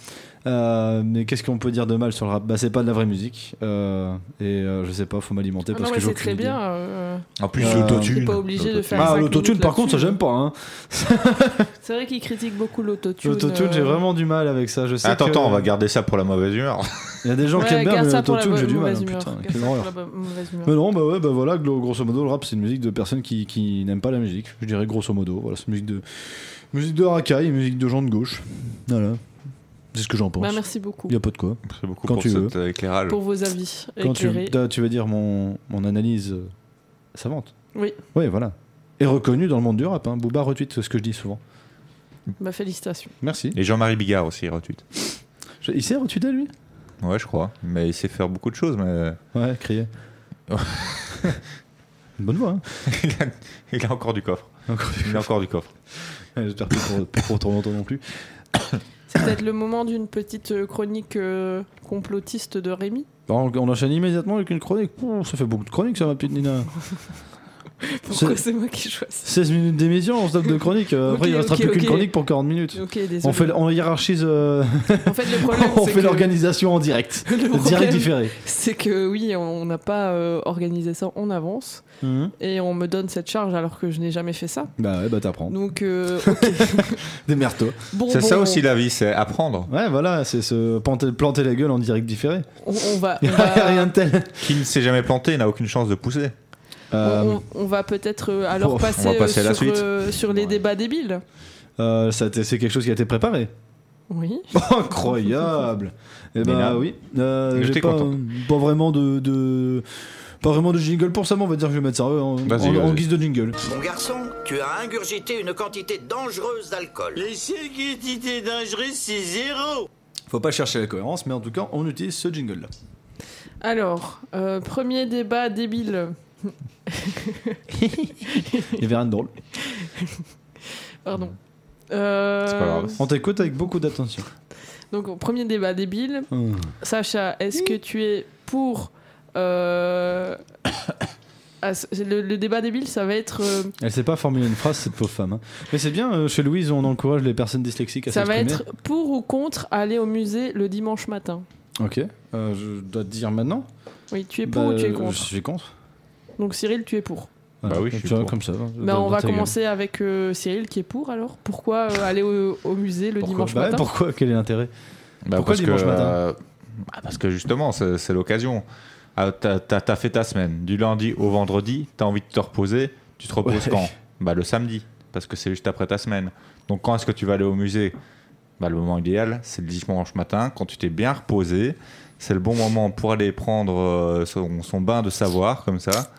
Speaker 3: Euh, mais qu'est-ce qu'on peut dire de mal sur le rap Bah, c'est pas de la vraie musique. Euh, et euh, je sais pas, faut m'alimenter
Speaker 5: Ah
Speaker 3: parce
Speaker 5: non,
Speaker 3: que
Speaker 5: mais
Speaker 3: j'ai
Speaker 5: c'est
Speaker 3: aucune
Speaker 5: très
Speaker 3: idée.
Speaker 5: bien. euh,
Speaker 4: En plus,
Speaker 3: Euh,
Speaker 5: T'es
Speaker 4: l'autotune.
Speaker 5: pas obligé de faire.
Speaker 3: Ah,
Speaker 5: cinq
Speaker 3: l'autotune,
Speaker 5: minutes
Speaker 3: par contre, ça
Speaker 5: là-dessus.
Speaker 3: j'aime pas. Hein.
Speaker 5: C'est vrai qu'ils critiquent beaucoup l'autotune.
Speaker 3: L'autotune, j'ai
Speaker 5: euh,
Speaker 3: vraiment du mal avec ça. Je sais
Speaker 4: Ah, Attends,
Speaker 3: que-
Speaker 4: attends, on va garder ça pour la mauvaise humeur.
Speaker 3: Il y a des gens
Speaker 5: ouais,
Speaker 3: qui aiment bien,
Speaker 5: garde
Speaker 3: mais
Speaker 5: ça pour la
Speaker 3: l'autotune, j'ai du mal.
Speaker 5: mauvaise
Speaker 3: hein,
Speaker 5: humeur,
Speaker 3: Putain,
Speaker 5: garde
Speaker 3: quelle
Speaker 5: ça pour
Speaker 3: horreur.
Speaker 5: la bo- mauvaise humeur.
Speaker 3: Mais non, bah ouais, bah voilà, glo- grosso modo, le rap, c'est une musique de personnes qui, qui n'aiment pas la musique. Je dirais grosso modo. Voilà, c'est une musique de musique de racaille, musique de gens de gauche. Voilà, c'est ce que j'en pense.
Speaker 5: Bah,
Speaker 3: Il
Speaker 5: merci beaucoup
Speaker 3: y a pas de quoi.
Speaker 4: Merci beaucoup
Speaker 3: Quand
Speaker 4: pour
Speaker 3: tu veux.
Speaker 4: cet euh, éclairage.
Speaker 5: pour vos avis
Speaker 3: Quand tu,
Speaker 5: éclairés.
Speaker 3: t'as- tu vas dire mon mon analyse euh, savante.
Speaker 5: Oui,
Speaker 3: Ouais, voilà. Et reconnue dans le monde du rap. Hein. Booba retweet ce que je dis souvent.
Speaker 5: bah félicitations.
Speaker 3: Merci.
Speaker 4: Et Jean-Marie Bigard aussi, retweet.
Speaker 3: Je- il sait retweeter lui
Speaker 4: Ouais, je crois. Mais il sait faire beaucoup de choses, mais euh,
Speaker 3: Ouais, crier. Une bonne voix. Hein.
Speaker 4: il a, il a encore du coffre.
Speaker 3: Encore du
Speaker 4: Il a encore du coffre.
Speaker 3: Ouais, J'espère pas pour, pas pour trop longtemps non plus.
Speaker 5: C'est peut-être le moment d'une petite euh, chronique euh, complotiste de Rémi.
Speaker 3: Bon, on enchaîne immédiatement avec une chronique. Pouh, ça fait beaucoup de chroniques, ça, ma petite Nina.
Speaker 5: Pourquoi
Speaker 3: C'est-
Speaker 5: c'est moi qui choisis
Speaker 3: 16 minutes d'émission, on se tape de chronique. euh,
Speaker 5: Ok,
Speaker 3: après, il restera
Speaker 5: ok,
Speaker 3: plus qu'une
Speaker 5: ok.
Speaker 3: chronique pour 40 minutes.
Speaker 5: Ok, désolé.
Speaker 3: On, fait, on hiérarchise, euh,
Speaker 5: En fait, le problème,
Speaker 3: on
Speaker 5: c'est
Speaker 3: fait
Speaker 5: que-
Speaker 3: l'organisation en direct.
Speaker 5: le problème,
Speaker 3: Direct différé.
Speaker 5: C'est que oui, on n'a pas euh, organisé ça en avance
Speaker 3: Mhm.
Speaker 5: et on me donne cette charge alors que je n'ai jamais fait ça.
Speaker 3: Bah ouais, bah t'apprends.
Speaker 5: Donc, euh, ok.
Speaker 3: Démerde-toi.
Speaker 5: bon,
Speaker 4: C'est
Speaker 5: bon,
Speaker 4: ça aussi la vie, c'est apprendre.
Speaker 3: Ouais, voilà, c'est se planter, planter la gueule en direct différé.
Speaker 5: On, on va, on
Speaker 3: Y a
Speaker 5: va-
Speaker 3: Rien de tel.
Speaker 4: Qui ne s'est jamais planté n'a aucune chance de pousser.
Speaker 3: Euh,
Speaker 5: on- on- on va peut-être euh, alors
Speaker 3: on va
Speaker 5: passer, euh,
Speaker 4: passer à la
Speaker 5: sur,
Speaker 4: suite.
Speaker 5: euh, sur les
Speaker 3: Ouais.
Speaker 5: débats débiles.
Speaker 3: euh, ça t'est- c'est quelque chose qui a été préparé.
Speaker 5: Oui.
Speaker 3: Incroyable. Eh ben
Speaker 4: Mais là,
Speaker 3: oui, Euh,
Speaker 4: j'étais
Speaker 3: j'ai pas,
Speaker 4: content.
Speaker 3: pas vraiment de, de- pas vraiment de jingle pour ça, mais on va dire que je vais mettre ça euh, en,
Speaker 4: Vas-y,
Speaker 3: en- en
Speaker 4: vas-y.
Speaker 3: guise de jingle.
Speaker 8: Mon garçon, tu as ingurgité une quantité dangereuse d'alcool.
Speaker 6: Les seules quantités dangereuses, c'est zéro.
Speaker 3: Faut pas chercher la cohérence, mais en tout cas, on utilise ce jingle là.
Speaker 5: Alors, euh, premier débat débile.
Speaker 3: Il y avait rien de drôle.
Speaker 5: Pardon. Euh,
Speaker 4: C'est pas grave.
Speaker 3: On t'écoute avec beaucoup d'attention.
Speaker 5: Donc, premier débat débile.
Speaker 3: Hmm.
Speaker 5: Sacha, est-ce que tu es pour. euh, ah, c'est- le, le débat débile, ça va être. euh,
Speaker 3: Elle sait pas formuler une phrase, cette pauvre femme. hein. Mais c'est bien, euh, chez Louise, on encourage les personnes dyslexiques à
Speaker 5: ça va
Speaker 3: s'exprimer.
Speaker 5: être pour ou contre aller au musée le dimanche matin
Speaker 3: Ok, Euh, je dois te dire maintenant.
Speaker 5: Oui, tu es pour
Speaker 3: Bah,
Speaker 5: ou tu es
Speaker 3: Je
Speaker 5: contre
Speaker 3: suis contre.
Speaker 5: Donc Cyril, tu es pour.
Speaker 4: Bah oui, je suis
Speaker 3: Tu vois,
Speaker 4: pour.
Speaker 3: comme ça. hein.
Speaker 5: Bah,
Speaker 3: Dans-
Speaker 5: on
Speaker 3: dans
Speaker 5: va
Speaker 3: ta gueule.
Speaker 5: commencer avec euh, Cyril qui est pour alors. Pourquoi euh, aller au, au musée le
Speaker 3: Pourquoi
Speaker 5: dimanche
Speaker 3: Bah ouais,
Speaker 5: matin
Speaker 3: Pourquoi Quel est l'intérêt
Speaker 4: Bah,
Speaker 3: Pourquoi
Speaker 4: parce
Speaker 3: dimanche
Speaker 4: que,
Speaker 3: matin
Speaker 4: euh, bah, Parce que justement, c'est c'est l'occasion. Ah, t'as- T'as t'as fait ta semaine, du lundi au vendredi, t'as envie de te reposer. Tu te reposes
Speaker 3: Ouais.
Speaker 4: quand Bah le samedi, parce que c'est juste après ta semaine. Donc quand est-ce que tu vas aller au musée Bah le moment idéal, c'est le dimanche matin, quand tu t'es bien reposé. C'est le bon moment pour aller prendre euh, son, son bain de savoir, comme ça.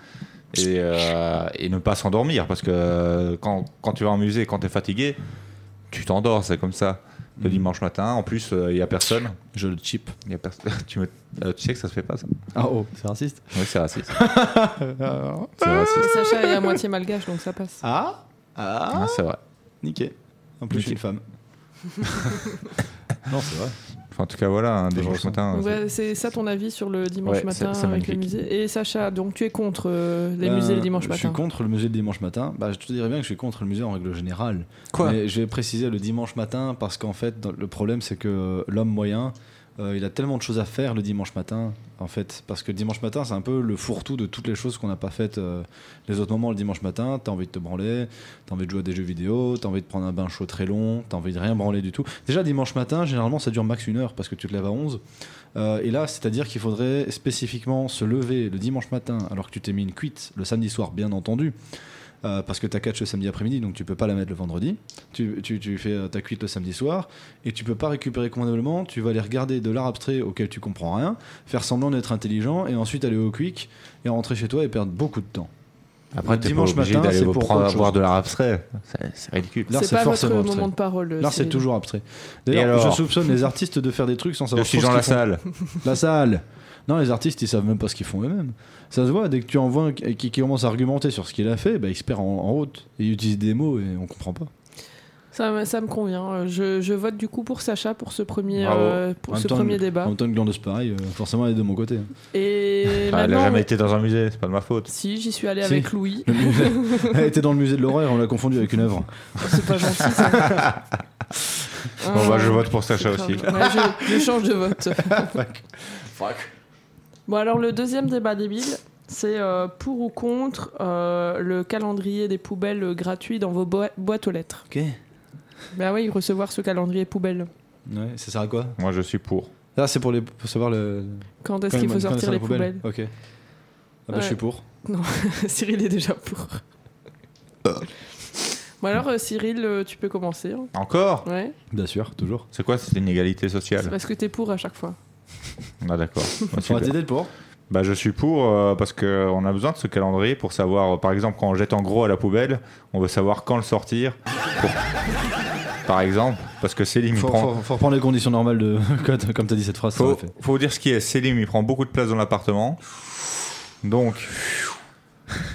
Speaker 4: Et, euh, et ne pas s'endormir, parce que euh, quand, quand tu vas au musée, quand t'es fatigué, tu t'endors, c'est comme ça. Le dimanche matin, en plus, il n'y a personne.
Speaker 3: Mm. Je le chip.
Speaker 4: Il Y a personne. tu, me- euh, tu sais que ça se fait pas, ça
Speaker 3: Ah oh, c'est raciste.
Speaker 4: Oui, c'est raciste. c'est raciste.
Speaker 5: Sacha est à moitié malgache, donc ça passe.
Speaker 3: Ah Ah
Speaker 4: Ah, c'est vrai.
Speaker 3: Niqué. En plus, je suis une femme. non, c'est vrai.
Speaker 4: Enfin, en tout cas, voilà, hein, un dimanche
Speaker 3: ressens.
Speaker 4: matin.
Speaker 5: Donc,
Speaker 4: c'est-
Speaker 5: ouais, c'est ça ton avis sur le dimanche
Speaker 4: Ouais, c'est-
Speaker 5: matin
Speaker 4: c'est
Speaker 5: avec le
Speaker 4: magnifique.
Speaker 5: musée. Et Sacha, donc tu es contre euh, les
Speaker 3: Ben,
Speaker 5: musées le dimanche matin
Speaker 3: Je suis contre le musée le dimanche matin. Bah, je te dirais bien que je suis contre le musée en règle générale.
Speaker 4: Quoi
Speaker 3: Mais je vais préciser le dimanche matin parce qu'en fait, dans- le problème, c'est que l'homme moyen, euh, il a tellement de choses à faire le dimanche matin. En fait, parce que le dimanche matin, c'est un peu le fourre-tout de toutes les choses qu'on n'a pas faites euh, les autres moments le dimanche matin. T'as envie de te branler, t'as envie de jouer à des jeux vidéo, t'as envie de prendre un bain chaud très long, t'as envie de rien branler du tout. Déjà, dimanche matin, généralement, ça dure max une heure parce que tu te lèves à 11. Euh, et là, c'est-à-dire qu'il faudrait spécifiquement se lever le dimanche matin alors que tu t'es mis une cuite le samedi soir, bien entendu. euh, parce que t'as catch le samedi après-midi, donc tu peux pas la mettre le vendredi. Tu, tu- tu fais euh, ta cuite le samedi soir et tu peux pas récupérer convenablement. Tu vas aller regarder de l'art abstrait auquel tu comprends rien, faire semblant d'être intelligent et ensuite aller au quick et rentrer chez toi et perdre beaucoup de temps.
Speaker 4: Après,
Speaker 3: le
Speaker 4: t'es pas
Speaker 3: dimanche
Speaker 4: obligé
Speaker 3: matin,
Speaker 4: d'aller
Speaker 3: c'est
Speaker 4: vous
Speaker 3: pour
Speaker 4: prendre
Speaker 3: autre
Speaker 4: voir
Speaker 3: chose.
Speaker 4: de l'art abstrait. C'est c'est ridicule.
Speaker 3: Là,
Speaker 5: C'est
Speaker 3: c'est
Speaker 5: pas votre
Speaker 3: forcément abstrait.
Speaker 5: moment de parole.
Speaker 3: L'art, c'est
Speaker 5: Cyril.
Speaker 3: toujours abstrait.
Speaker 4: Et
Speaker 3: D'ailleurs,
Speaker 4: alors
Speaker 3: je soupçonne les artistes de faire des trucs sans
Speaker 4: Je
Speaker 3: savoir
Speaker 4: suis
Speaker 3: trop ce
Speaker 4: dans la
Speaker 3: qu'ils font.
Speaker 4: salle.
Speaker 3: La salle. Non, les artistes, ils savent même pas ce qu'ils font eux-mêmes. Ça se voit, dès que tu envoies un qui, qui commence à argumenter sur ce qu'il a fait, bah, il se perd en, en route. Et il utilise des mots et on comprend pas.
Speaker 5: Ça, me- ça me convient. Euh, Je, je vote du coup pour Sacha pour ce premier,
Speaker 4: Bravo.
Speaker 5: euh, pour
Speaker 3: En
Speaker 5: ce
Speaker 3: même temps,
Speaker 5: premier débat.
Speaker 3: En même temps, une glandeuse pareille, euh, forcément, elle est de mon côté.
Speaker 5: Et
Speaker 4: Ah, elle
Speaker 5: maintenant,
Speaker 4: a jamais été dans un musée, c'est pas de ma faute.
Speaker 5: si j'y suis allé
Speaker 3: Si.
Speaker 5: avec Louis,
Speaker 3: elle était dans le musée de l'horreur, on l'a confondue avec une œuvre.
Speaker 5: c'est pas gentil. Ça.
Speaker 4: Bon,
Speaker 3: Ah.
Speaker 5: Euh,
Speaker 4: bah, je vote pour
Speaker 5: c'est
Speaker 4: Sacha
Speaker 5: grave.
Speaker 4: aussi.
Speaker 5: Ouais, je, je change de vote. Bon alors le deuxième débat débile, c'est euh, pour ou contre euh, le calendrier des poubelles gratuit dans vos boi- boîtes aux lettres.
Speaker 3: Ok.
Speaker 5: Ben oui, recevoir ce calendrier poubelle.
Speaker 3: Ouais, ça sert à quoi
Speaker 4: Moi, je suis pour.
Speaker 3: Là, c'est pour, les, pour savoir le.
Speaker 5: Quand est-ce
Speaker 3: quand il-
Speaker 5: qu'il faut
Speaker 3: quand il
Speaker 5: sortir
Speaker 3: sort
Speaker 5: les
Speaker 3: la poubelle. Ok.
Speaker 5: poubelles
Speaker 3: Ah bah,
Speaker 5: Ouais.
Speaker 3: je suis pour.
Speaker 5: Cyril est déjà pour.
Speaker 4: Euh.
Speaker 5: Bon alors euh, Cyril, euh, tu peux commencer. hein.
Speaker 4: Encore
Speaker 5: Ouais.
Speaker 3: Bien sûr, toujours.
Speaker 4: C'est quoi cette inégalité
Speaker 5: C'est
Speaker 4: sociale
Speaker 5: parce que t'es pour à chaque fois.
Speaker 4: Ah, d'accord. Bah,
Speaker 3: On va
Speaker 4: super.
Speaker 3: t'aider le pour.
Speaker 4: Bah, je suis pour euh, parce qu'on a besoin de ce calendrier pour savoir, euh, par exemple, quand on jette en gros à la poubelle, on veut savoir quand le sortir. Pour- Par exemple, parce que Céline il
Speaker 3: Faut,
Speaker 4: prend.
Speaker 3: faut- faut reprendre les conditions normales de. quand- Comme t'as dit cette phrase, ça
Speaker 4: Faut,
Speaker 3: aurait fait.
Speaker 4: faut vous dire ce qui est. Céline, il prend beaucoup de place dans l'appartement. Donc,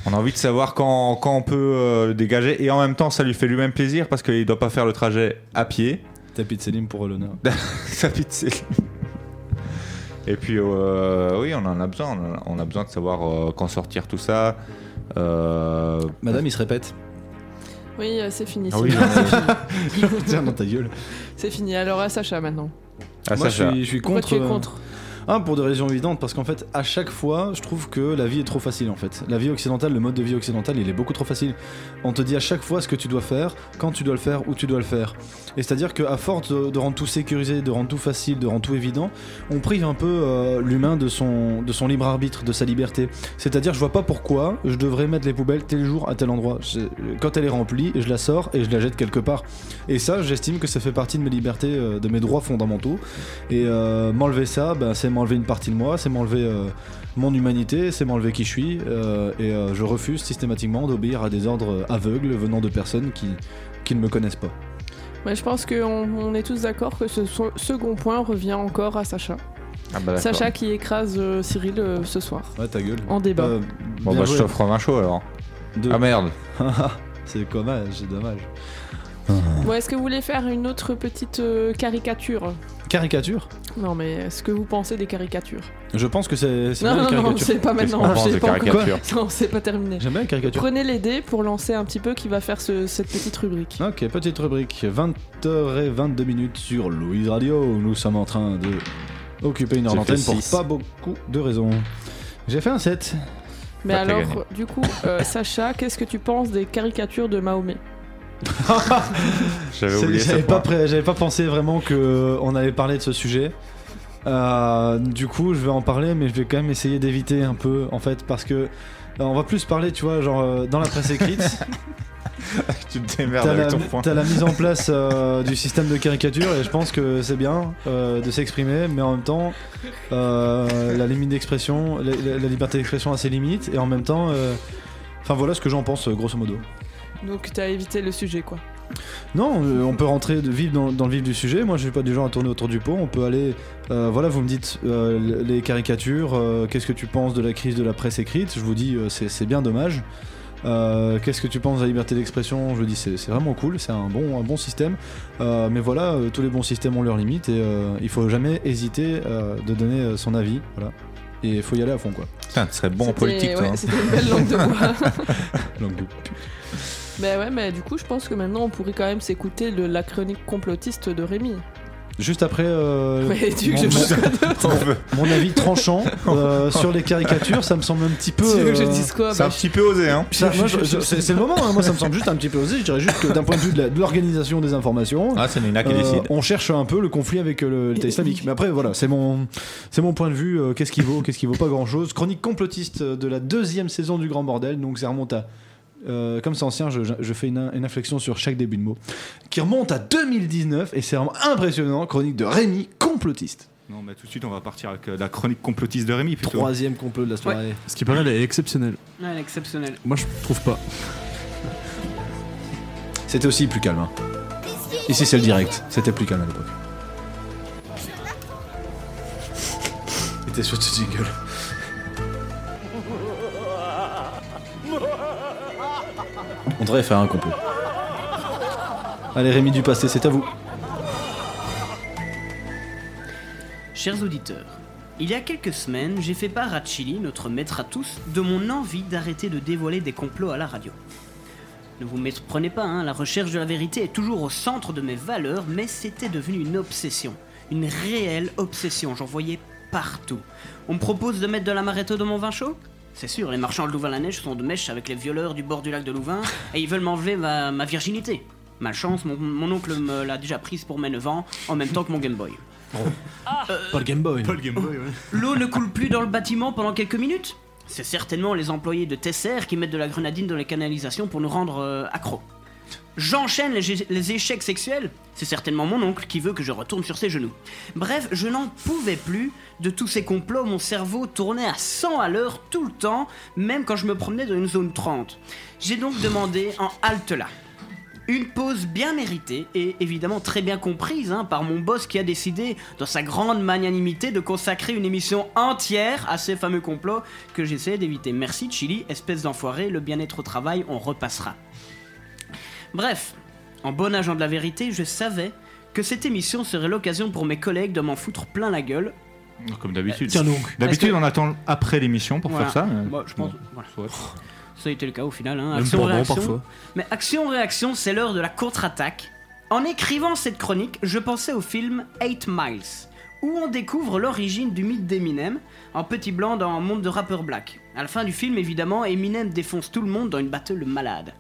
Speaker 4: on a envie de savoir quand, quand on peut euh, le dégager. Et en même temps, ça lui fait lui-même plaisir parce qu'il doit pas faire le trajet à pied.
Speaker 3: Tapis de Céline pour l'honneur.
Speaker 4: Bah. Ça pique, Céline. Et puis, euh, oui, on en a besoin. On a- On a besoin de savoir euh, quand sortir tout ça. Euh,
Speaker 3: Madame, il se répète.
Speaker 5: Oui, euh, c'est fini.
Speaker 4: Ah
Speaker 5: c'est
Speaker 4: oui,
Speaker 5: fini.
Speaker 4: j'en ai-
Speaker 3: Tiens, dans ta gueule.
Speaker 5: C'est fini. Alors à Sacha maintenant.
Speaker 4: Ah,
Speaker 3: Moi,
Speaker 4: ça,
Speaker 3: je
Speaker 4: ça.
Speaker 3: suis, je suis
Speaker 5: Pourquoi
Speaker 3: contre.
Speaker 5: tu es
Speaker 3: euh,
Speaker 5: contre
Speaker 3: Un, pour des raisons évidentes, parce qu'en fait, à chaque fois, je trouve que la vie est trop facile en fait. La vie occidentale, le mode de vie occidental, il est beaucoup trop facile. On te dit à chaque fois ce que tu dois faire, quand tu dois le faire, où tu dois le faire. Et c'est-à-dire qu'à force de, de rendre tout sécurisé, de rendre tout facile, de rendre tout évident, on prive un peu euh, l'humain de son, de son libre arbitre, de sa liberté. C'est-à-dire, je vois pas pourquoi je devrais mettre les poubelles tel jour à tel endroit. C'est- Quand elle est remplie, je la sors et je la jette quelque part. Et ça, j'estime que ça fait partie de mes libertés, euh, de mes droits fondamentaux. Et euh, m'enlever ça, bah, c'est m'enlever une partie de moi, c'est m'enlever euh, mon humanité, c'est m'enlever qui je suis. euh, et euh, je refuse systématiquement d'obéir à des ordres euh, aveugles venant de personnes qui, qui ne me connaissent pas.
Speaker 5: Ouais, je pense qu'on on est tous d'accord que ce so- second point revient encore à Sacha.
Speaker 4: Ah, bah, d'accord.
Speaker 5: Sacha qui écrase euh, Cyril euh, ce soir
Speaker 3: Ouais, ta gueule.
Speaker 5: en débat.
Speaker 3: Euh,
Speaker 4: Bon,
Speaker 3: bien
Speaker 4: bah, je
Speaker 3: joué.
Speaker 4: t'offre un chaud alors.
Speaker 3: Deux.
Speaker 4: Ah merde.
Speaker 3: c'est dommage, c'est dommage.
Speaker 4: Ah.
Speaker 5: Bon, est-ce que vous voulez faire une autre petite euh, caricature
Speaker 3: Caricature
Speaker 5: Non, mais est-ce que vous pensez des caricatures
Speaker 3: Je pense que c'est c'est
Speaker 5: Non,
Speaker 3: bien
Speaker 5: non,
Speaker 3: les
Speaker 5: non,
Speaker 3: caricatures.
Speaker 5: c'est pas
Speaker 4: Qu'est-ce
Speaker 5: maintenant.
Speaker 4: qu'on pense
Speaker 5: c'est
Speaker 4: des
Speaker 5: pas encore-
Speaker 4: caricatures
Speaker 5: Non, c'est pas terminé.
Speaker 3: J'aime bien les caricatures.
Speaker 5: Prenez les dés pour lancer un petit peu qui va faire ce- cette petite rubrique.
Speaker 3: Ok, petite rubrique, 20h22 minutes sur Louise Radio. Nous sommes en train de occuper une heure
Speaker 4: J'ai fait
Speaker 3: d'antenne pour
Speaker 4: six.
Speaker 3: pas beaucoup de raisons. J'ai fait un 7. Ah,
Speaker 5: Mais
Speaker 4: Bah, t'as
Speaker 5: alors,
Speaker 4: gagné.
Speaker 5: du coup, euh, Sacha, qu'est-ce que tu penses des caricatures de Mahomet
Speaker 4: J'avais
Speaker 3: C'est-
Speaker 4: oublié ce
Speaker 3: J'avais pas,
Speaker 4: point.
Speaker 3: pré- j'avais pas pensé vraiment qu'on allait parler de ce sujet. Euh, du coup, je vais en parler, mais je vais quand même essayer d'éviter un peu, en fait, parce que euh, on va plus parler, tu vois, genre euh, dans la presse écrite,
Speaker 4: Tu te démerdes
Speaker 3: t'as
Speaker 4: avec
Speaker 3: la,
Speaker 4: ton point.
Speaker 3: t'as la mise en place euh, du système de caricature, et je pense que c'est bien euh, de s'exprimer, mais en même temps, euh, la limite d'expression, la, la- la liberté d'expression a ses limites, et en même temps, euh, enfin voilà ce que j'en pense, euh, grosso modo.
Speaker 5: Donc, t'as évité le sujet, quoi.
Speaker 3: Non, euh, on peut rentrer de vif dans, dans le vif du sujet. Moi, je suis pas du genre à tourner autour du pot. On peut aller. euh, voilà, vous me dites euh, les caricatures. euh, Qu'est-ce que tu penses de la crise de la presse écrite Je vous dis, euh, c'est c'est bien dommage. Euh, Qu'est-ce que tu penses de la liberté d'expression Je vous dis, c'est c'est vraiment cool. C'est un bon, un bon système. Euh, mais voilà, euh, tous les bons systèmes ont leurs limites et euh, il faut jamais hésiter euh, de donner euh, son avis. Voilà. Et il faut y aller à fond, quoi.
Speaker 4: Putain, tu serais bon en
Speaker 5: C'était-
Speaker 4: politique, toi.
Speaker 5: ouais,
Speaker 4: hein.
Speaker 5: C'était une belle langue de bois.
Speaker 3: Donc, du-
Speaker 5: Mais ouais, mais du coup, je pense que maintenant, on pourrait quand même s'écouter le- la chronique complotiste de Rémi.
Speaker 3: juste après. euh,
Speaker 5: Mais tu veux que
Speaker 3: mon-
Speaker 5: je fasse quoi d'autre
Speaker 4: On veut-
Speaker 3: mon avis tranchant euh, sur les caricatures, ça me semble un petit peu.
Speaker 5: Tu veux que je
Speaker 3: euh,
Speaker 5: dise quoi
Speaker 4: C'est un
Speaker 5: Bah,
Speaker 4: petit peu osé, hein.
Speaker 3: ça, moi, je- je- c'est c'est le moment, hein. moi ça me semble juste un petit peu osé. Je dirais juste que d'un point de vue de la- de l'organisation des informations,
Speaker 4: Ah, c'est Nina qui
Speaker 3: euh,
Speaker 4: décide.
Speaker 3: on cherche un peu le conflit avec euh, le- l'État islamique. Mais après, voilà, c'est mon, c'est mon point de vue. euh, qu'est-ce qui vaut, qu'est-ce qui vaut pas grand chose. Chronique complotiste euh, de la deuxième saison du Grand Bordel, donc ça remonte à. euh, comme c'est ancien, je, je- je fais une, une inflexion sur chaque début de mot. Qui remonte à 2019 et c'est vraiment impressionnant. Chronique de Rémi, complotiste.
Speaker 9: Non, mais tout de suite, on va partir avec euh, la chronique complotiste de Rémi. Plutôt.
Speaker 3: Troisième complot de la soirée.
Speaker 2: Ce qui paraît, elle est exceptionnelle.
Speaker 10: Ouais, exceptionnel.
Speaker 2: Moi, je trouve pas.
Speaker 3: C'était aussi plus calme. hein. Ici, c'est le direct. C'était plus calme à l'époque. Et t'es sur ce jingle. On devrait faire un complot. Allez, Rémi du passé, c'est à vous.
Speaker 10: Chers auditeurs, il y a quelques semaines, j'ai fait part à Chili, notre maître à tous, de mon envie d'arrêter de dévoiler des complots à la radio. Ne vous méprenez pas, hein, la recherche de la vérité est toujours au centre de mes valeurs, mais c'était devenu une obsession. Une réelle obsession, j'en voyais partout. On me propose de mettre de l'amaretto dans mon vin chaud C'est sûr, les marchands de Louvain-la-Neige sont de mèche avec les violeurs du bord du lac de Louvain, et ils veulent m'enlever ma, ma virginité. Malchance, mon, mon oncle me l'a déjà prise pour mes 9 ans, en même temps que mon Game Boy.
Speaker 2: Pas le Game Boy.
Speaker 9: Paul Game Boy, ouais.
Speaker 10: L'eau ne coule plus dans le bâtiment pendant quelques minutes C'est certainement les employés de Tesser qui mettent de la grenadine dans les canalisations pour nous rendre euh, accros. J'enchaîne les, gé- les échecs sexuels C'est certainement mon oncle qui veut que je retourne sur ses genoux. Bref, je n'en pouvais plus de tous ces complots, mon cerveau tournait à 100 à l'heure tout le temps, même quand je me promenais dans une zone 30. J'ai donc demandé en halte là. Une pause bien méritée et évidemment très bien comprise hein, par mon boss qui a décidé, dans sa grande magnanimité, de consacrer une émission entière à ces fameux complots que j'essaie d'éviter. Merci Chili, espèce d'enfoiré, le bien-être au travail, on repassera. Bref, en bon agent de la vérité, je savais que cette émission serait l'occasion pour mes collègues de m'en foutre plein la gueule.
Speaker 9: Comme d'habitude.
Speaker 2: Tiens donc.
Speaker 9: D'habitude,
Speaker 10: Est-ce que-
Speaker 9: on attend après l'émission pour
Speaker 10: Voilà. Bah,
Speaker 9: faire ça. mais-
Speaker 10: Moi, je pense-
Speaker 9: Bon,
Speaker 10: voilà.
Speaker 9: soit.
Speaker 10: Ça a été le cas au final. Hein.
Speaker 2: Même
Speaker 10: Action,
Speaker 2: pendant,
Speaker 10: réaction.
Speaker 2: parfois.
Speaker 10: Mais action-réaction, c'est l'heure de la contre-attaque. En écrivant cette chronique, je pensais au film 8 Miles, où on découvre l'origine du mythe d'Eminem, en petit blanc dans un monde de rappeurs black. À la fin du film, évidemment, Eminem défonce tout le monde dans une battle malade.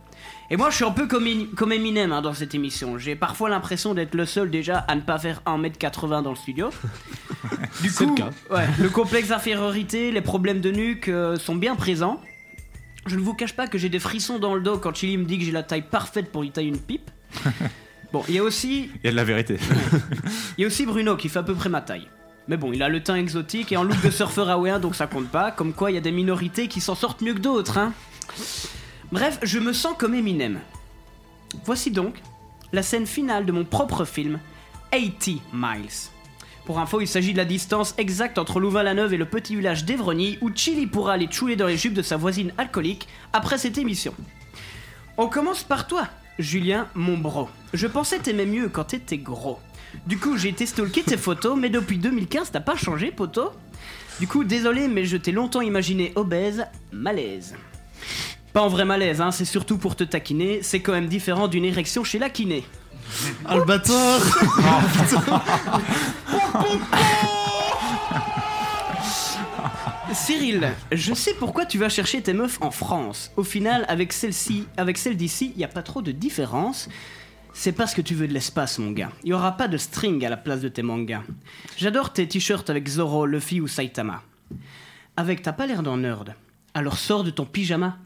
Speaker 10: Et moi, je suis un peu comme, In- comme Eminem hein, dans cette émission. J'ai parfois l'impression d'être le seul déjà à ne pas faire 1m80 dans le studio. Du coup, ouais, le complexe d'infériorité, les problèmes de nuque euh, sont bien présents. Je ne vous cache pas que j'ai des frissons dans le dos quand Chili me dit que j'ai la taille parfaite pour y tailler une pipe. bon, il y a aussi,
Speaker 9: Il y a de la vérité.
Speaker 10: il y a aussi Bruno qui fait à peu près ma taille. Mais bon, il a le teint exotique et en look de surfeur hawaïen, donc ça compte pas. Comme quoi, il y a des minorités qui s'en sortent mieux que d'autres, hein. Bref, je me sens comme Eminem. Voici donc la scène finale de mon propre film, 80 Miles. Pour info, il s'agit de la distance exacte entre Louvain-la-Neuve et le petit village d'Evronie où Chili pourra aller chouler dans les jupes de sa voisine alcoolique après cette émission. On commence par toi, Julien, mon bro. Je pensais t'aimais mieux quand t'étais gros. Du coup, j'ai été stalker tes photos, mais depuis 2015, t'as pas changé, poteau Du coup, désolé, mais je t'ai longtemps imaginé obèse, malaise. Pas en vrai malaise, hein, c'est surtout pour te taquiner, c'est quand même différent d'une érection chez la kiné.
Speaker 2: Ah le bâtard
Speaker 10: Cyril, je sais pourquoi tu vas chercher tes meufs en France. Au final, avec celle-ci, avec celle d'ici, il n'y a pas trop de différence. C'est parce que tu veux de l'espace, mon gars. Il n'y aura pas de string à la place de tes mangas. J'adore tes t-shirts avec Zoro, Luffy ou Saitama. Avec, t'as pas l'air d'un nerd. Alors sors de ton pyjama.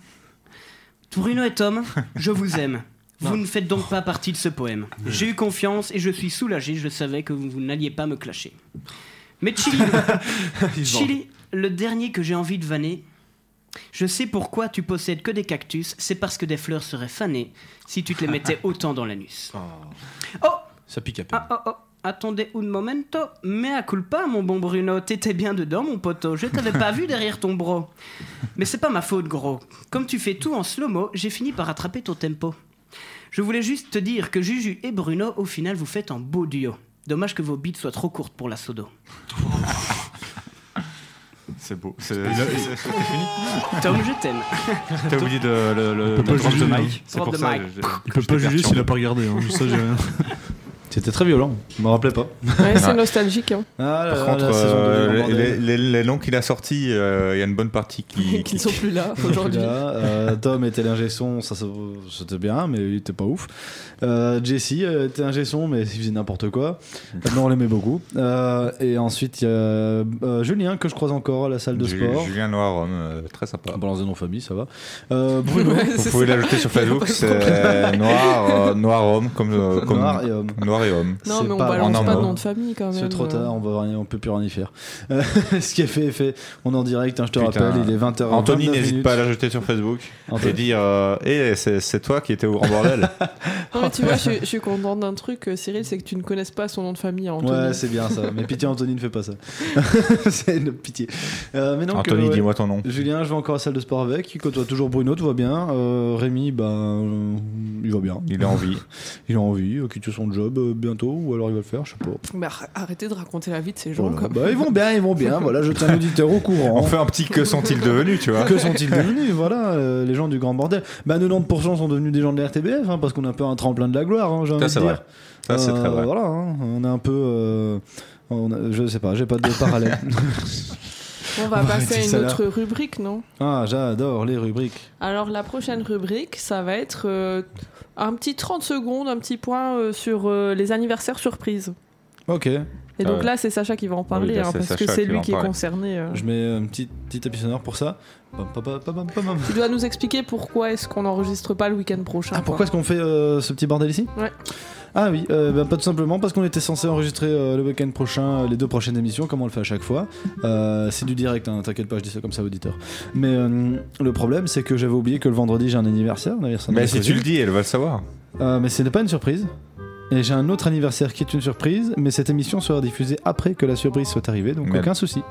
Speaker 10: Bruno et Tom, je vous aime. Vous ne faites donc pas partie de ce poème. J'ai eu confiance et je suis soulagé, je savais que vous vous n'alliez pas me clasher. Mais Chili, Chili, le dernier que j'ai envie de vanner, je sais pourquoi tu possèdes que des cactus, c'est parce que des fleurs seraient fanées si tu te les mettais autant dans l'anus. Oh
Speaker 1: Ça pique à peine.
Speaker 10: ah, oh, oh. Attendez un momento, mea culpa, mon bon Bruno. T'étais bien dedans, mon poteau. Je t'avais pas vu derrière ton bro. Mais c'est pas ma faute, gros. Comme tu fais tout en slow-mo, j'ai fini par attraper ton tempo. Je voulais juste te dire que Juju et Bruno, au final, vous faites un beau duo. Dommage que vos bites soient trop courtes pour la sodo.
Speaker 9: C'est beau. C'est c'est- c'est fini.
Speaker 10: Tom, je t'aime.
Speaker 9: T'as oublié de, le, le,
Speaker 2: peut
Speaker 9: le
Speaker 2: pas
Speaker 9: drop de
Speaker 2: juger,
Speaker 9: mic. C'est
Speaker 10: Drop
Speaker 9: pour
Speaker 10: de
Speaker 9: ça. euh,
Speaker 10: mic.
Speaker 9: que je-
Speaker 2: Il
Speaker 9: que
Speaker 2: peut
Speaker 9: je
Speaker 2: pas
Speaker 9: t'ai
Speaker 2: juger
Speaker 9: perturbé.
Speaker 2: s'il a pas regardé, hein. ça j'ai rien.
Speaker 3: C'était très violent, je me rappelais pas.
Speaker 5: Ouais, c'est nostalgique. hein.
Speaker 3: Ah,
Speaker 4: Par contre, euh, les, les- les noms qu'il a sortis, euh, il y a une bonne partie qui.
Speaker 5: Qui ne sont plus là
Speaker 3: Là,
Speaker 5: aujourd'hui.
Speaker 3: euh, Tom était l'ingé son, ça, ça- c'était bien, mais il était pas ouf. Euh, Jesse euh, était ingé son, mais il faisait n'importe quoi. Maintenant, on l'aimait beaucoup. Euh, et ensuite, il y a euh, Julien que je croise encore à la salle de
Speaker 4: Ju-
Speaker 3: sport.
Speaker 4: Julien Noir, euh, très sympa.
Speaker 3: Ah, Balance de nom de famille, ça va. Euh, Bruno,
Speaker 5: Ouais,
Speaker 4: Vous
Speaker 5: c'est
Speaker 4: pouvez
Speaker 5: ça.
Speaker 4: l'ajouter sur
Speaker 5: Il y a
Speaker 4: Facebook,
Speaker 5: pas de
Speaker 4: c'est noir, euh, noir homme, comme, euh, comme
Speaker 3: Noir et Homme.
Speaker 4: Noir aquarium.
Speaker 5: Non,
Speaker 3: C'est
Speaker 5: mais on
Speaker 3: pas-
Speaker 5: balance
Speaker 4: en un
Speaker 5: pas de
Speaker 4: mot.
Speaker 5: nom de famille quand même.
Speaker 3: C'est trop
Speaker 5: euh.
Speaker 3: tard, on, va rien- on peut plus rien y faire. Euh, ce qui est fait est fait. On est en direct, hein, je te
Speaker 4: Putain.
Speaker 3: rappelle, il est 20h.
Speaker 4: Anthony
Speaker 3: 29
Speaker 4: n'hésite
Speaker 3: minutes.
Speaker 4: pas à la jeter sur Facebook
Speaker 3: Anthony.
Speaker 4: et dire euh, Eh, c'est c'est toi qui étais au grand bordel.
Speaker 5: Non, mais tu vois, je, je suis contente d'un truc, euh, Cyril, c'est que tu ne connaisses pas son nom de famille, hein, Anthony.
Speaker 3: Ouais, c'est bien ça. Mais pitié, Anthony ne fait pas ça. c'est une pitié. Euh, mais donc,
Speaker 4: Anthony,
Speaker 3: euh, ouais.
Speaker 4: dis-moi ton nom.
Speaker 3: Julien, je vais encore à la salle de sport avec. Il côtoie toujours Bruno, tout va bien. Euh, Rémi, ben, euh, il va bien.
Speaker 4: Il est en vie.
Speaker 3: Il a envie, euh, quitte son job euh, bientôt, ou alors il va le faire, je sais pas.
Speaker 5: Mais arr- arrêtez de raconter la vie de ces gens.
Speaker 3: Voilà.
Speaker 5: comme-
Speaker 3: Bah, ils vont bien, ils vont bien. Voilà, je tiens l'auditeur au courant.
Speaker 4: On fait un petit que sont-ils devenus, tu vois.
Speaker 3: Que sont-ils devenus Voilà, euh, les gens du grand bordel. Bah, 90% sont devenus des gens de la RTBF, hein, parce qu'on a un peu un tremplin de la gloire, hein, j'ai envie
Speaker 4: Ça,
Speaker 3: de
Speaker 4: c'est
Speaker 3: dire.
Speaker 4: vrai. Ça, c'est
Speaker 3: Euh,
Speaker 4: très vrai.
Speaker 3: Voilà, hein, on est un peu. euh, on a- je sais pas, j'ai pas de parallèle.
Speaker 5: On va
Speaker 3: Ouais,
Speaker 5: passer à
Speaker 3: dis
Speaker 5: une
Speaker 3: ça là.
Speaker 5: autre rubrique, non
Speaker 3: ah, j'adore les rubriques.
Speaker 5: Alors la prochaine rubrique, ça va être euh, un petit 30 secondes, un petit point euh, sur euh, les anniversaires surprises.
Speaker 3: Ok,
Speaker 5: Et
Speaker 4: Ah
Speaker 5: donc
Speaker 4: ouais.
Speaker 5: là, c'est Sacha qui va en parler,
Speaker 4: Oui, là,
Speaker 5: hein,
Speaker 4: c'est
Speaker 5: parce
Speaker 4: Sacha
Speaker 5: que c'est
Speaker 4: qui
Speaker 5: lui
Speaker 4: va en
Speaker 5: qui est
Speaker 4: parler.
Speaker 5: concerné. euh.
Speaker 3: je mets un petit, petit tapis sonore pour ça. Pam, pam, pam, pam, pam, Ah, pam.
Speaker 5: Tu dois nous expliquer pourquoi est-ce qu'on n'enregistre pas le week-end prochain.
Speaker 3: Ah, pourquoi est-ce qu'on fait euh, ce petit bordel ici
Speaker 5: Ouais.
Speaker 3: Ah oui, euh, ben, pas tout simplement parce qu'on était censé enregistrer euh, le week-end prochain euh, les deux prochaines émissions, comme on le fait à chaque fois. Euh, c'est du direct, hein, t'inquiète pas, je dis ça comme ça, auditeur. Mais euh, le problème, c'est que j'avais oublié que le vendredi j'ai un anniversaire. un anniversaire de
Speaker 4: Mais
Speaker 3: ma
Speaker 4: si tu
Speaker 3: cousine.
Speaker 4: le dis, elle va le savoir.
Speaker 3: Euh, mais ce n'est pas une surprise. Et j'ai un autre anniversaire qui est une surprise, mais cette émission sera diffusée après que la surprise soit arrivée, donc
Speaker 4: Merde.
Speaker 3: aucun souci.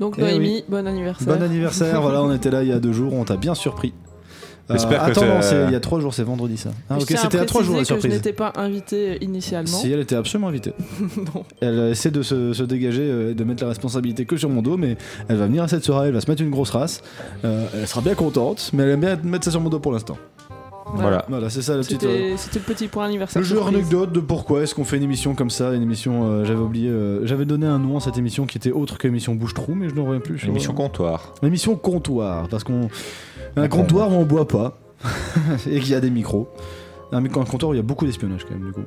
Speaker 5: Donc
Speaker 3: Eh oui.
Speaker 5: Noémie, bon anniversaire.
Speaker 3: Bon anniversaire, voilà, on était là il y a deux jours, on t'a bien surpris. Euh,
Speaker 4: J'espère que
Speaker 3: attends,
Speaker 4: t'es-
Speaker 3: non, c'est- il y a trois jours, c'est vendredi ça. Ah,
Speaker 5: Je
Speaker 3: ok,
Speaker 5: tiens à
Speaker 3: c'était à trois jours la
Speaker 5: préciser que Je
Speaker 3: surprise.
Speaker 5: n'étais pas invitée initialement.
Speaker 3: Si elle était absolument invitée.
Speaker 5: Non.
Speaker 3: Elle euh, essaie de se, se dégager euh, et de mettre la responsabilité que sur mon dos, mais elle va venir à cette soirée, elle va se mettre une grosse race. Euh, elle sera bien contente, mais elle aime bien mettre ça sur mon dos pour l'instant.
Speaker 4: Voilà.
Speaker 3: Voilà, c'est ça la petite. euh,
Speaker 5: C'était c'était le petit point anniversaire.
Speaker 3: le jeu
Speaker 5: surprise.
Speaker 3: anecdote de pourquoi est-ce qu'on fait une émission comme ça, une émission, euh, j'avais oublié, euh, j'avais donné un nom à cette émission qui était autre qu'émission bouche-trou, mais je n'en reviens plus. je-
Speaker 4: Émission comptoir.
Speaker 3: L'émission comptoir, parce qu'on. Un
Speaker 4: Attends.
Speaker 3: comptoir où on boit pas, et qu'il y a des micros. Un, mi- un comptoir où il y a beaucoup d'espionnage quand même, du coup.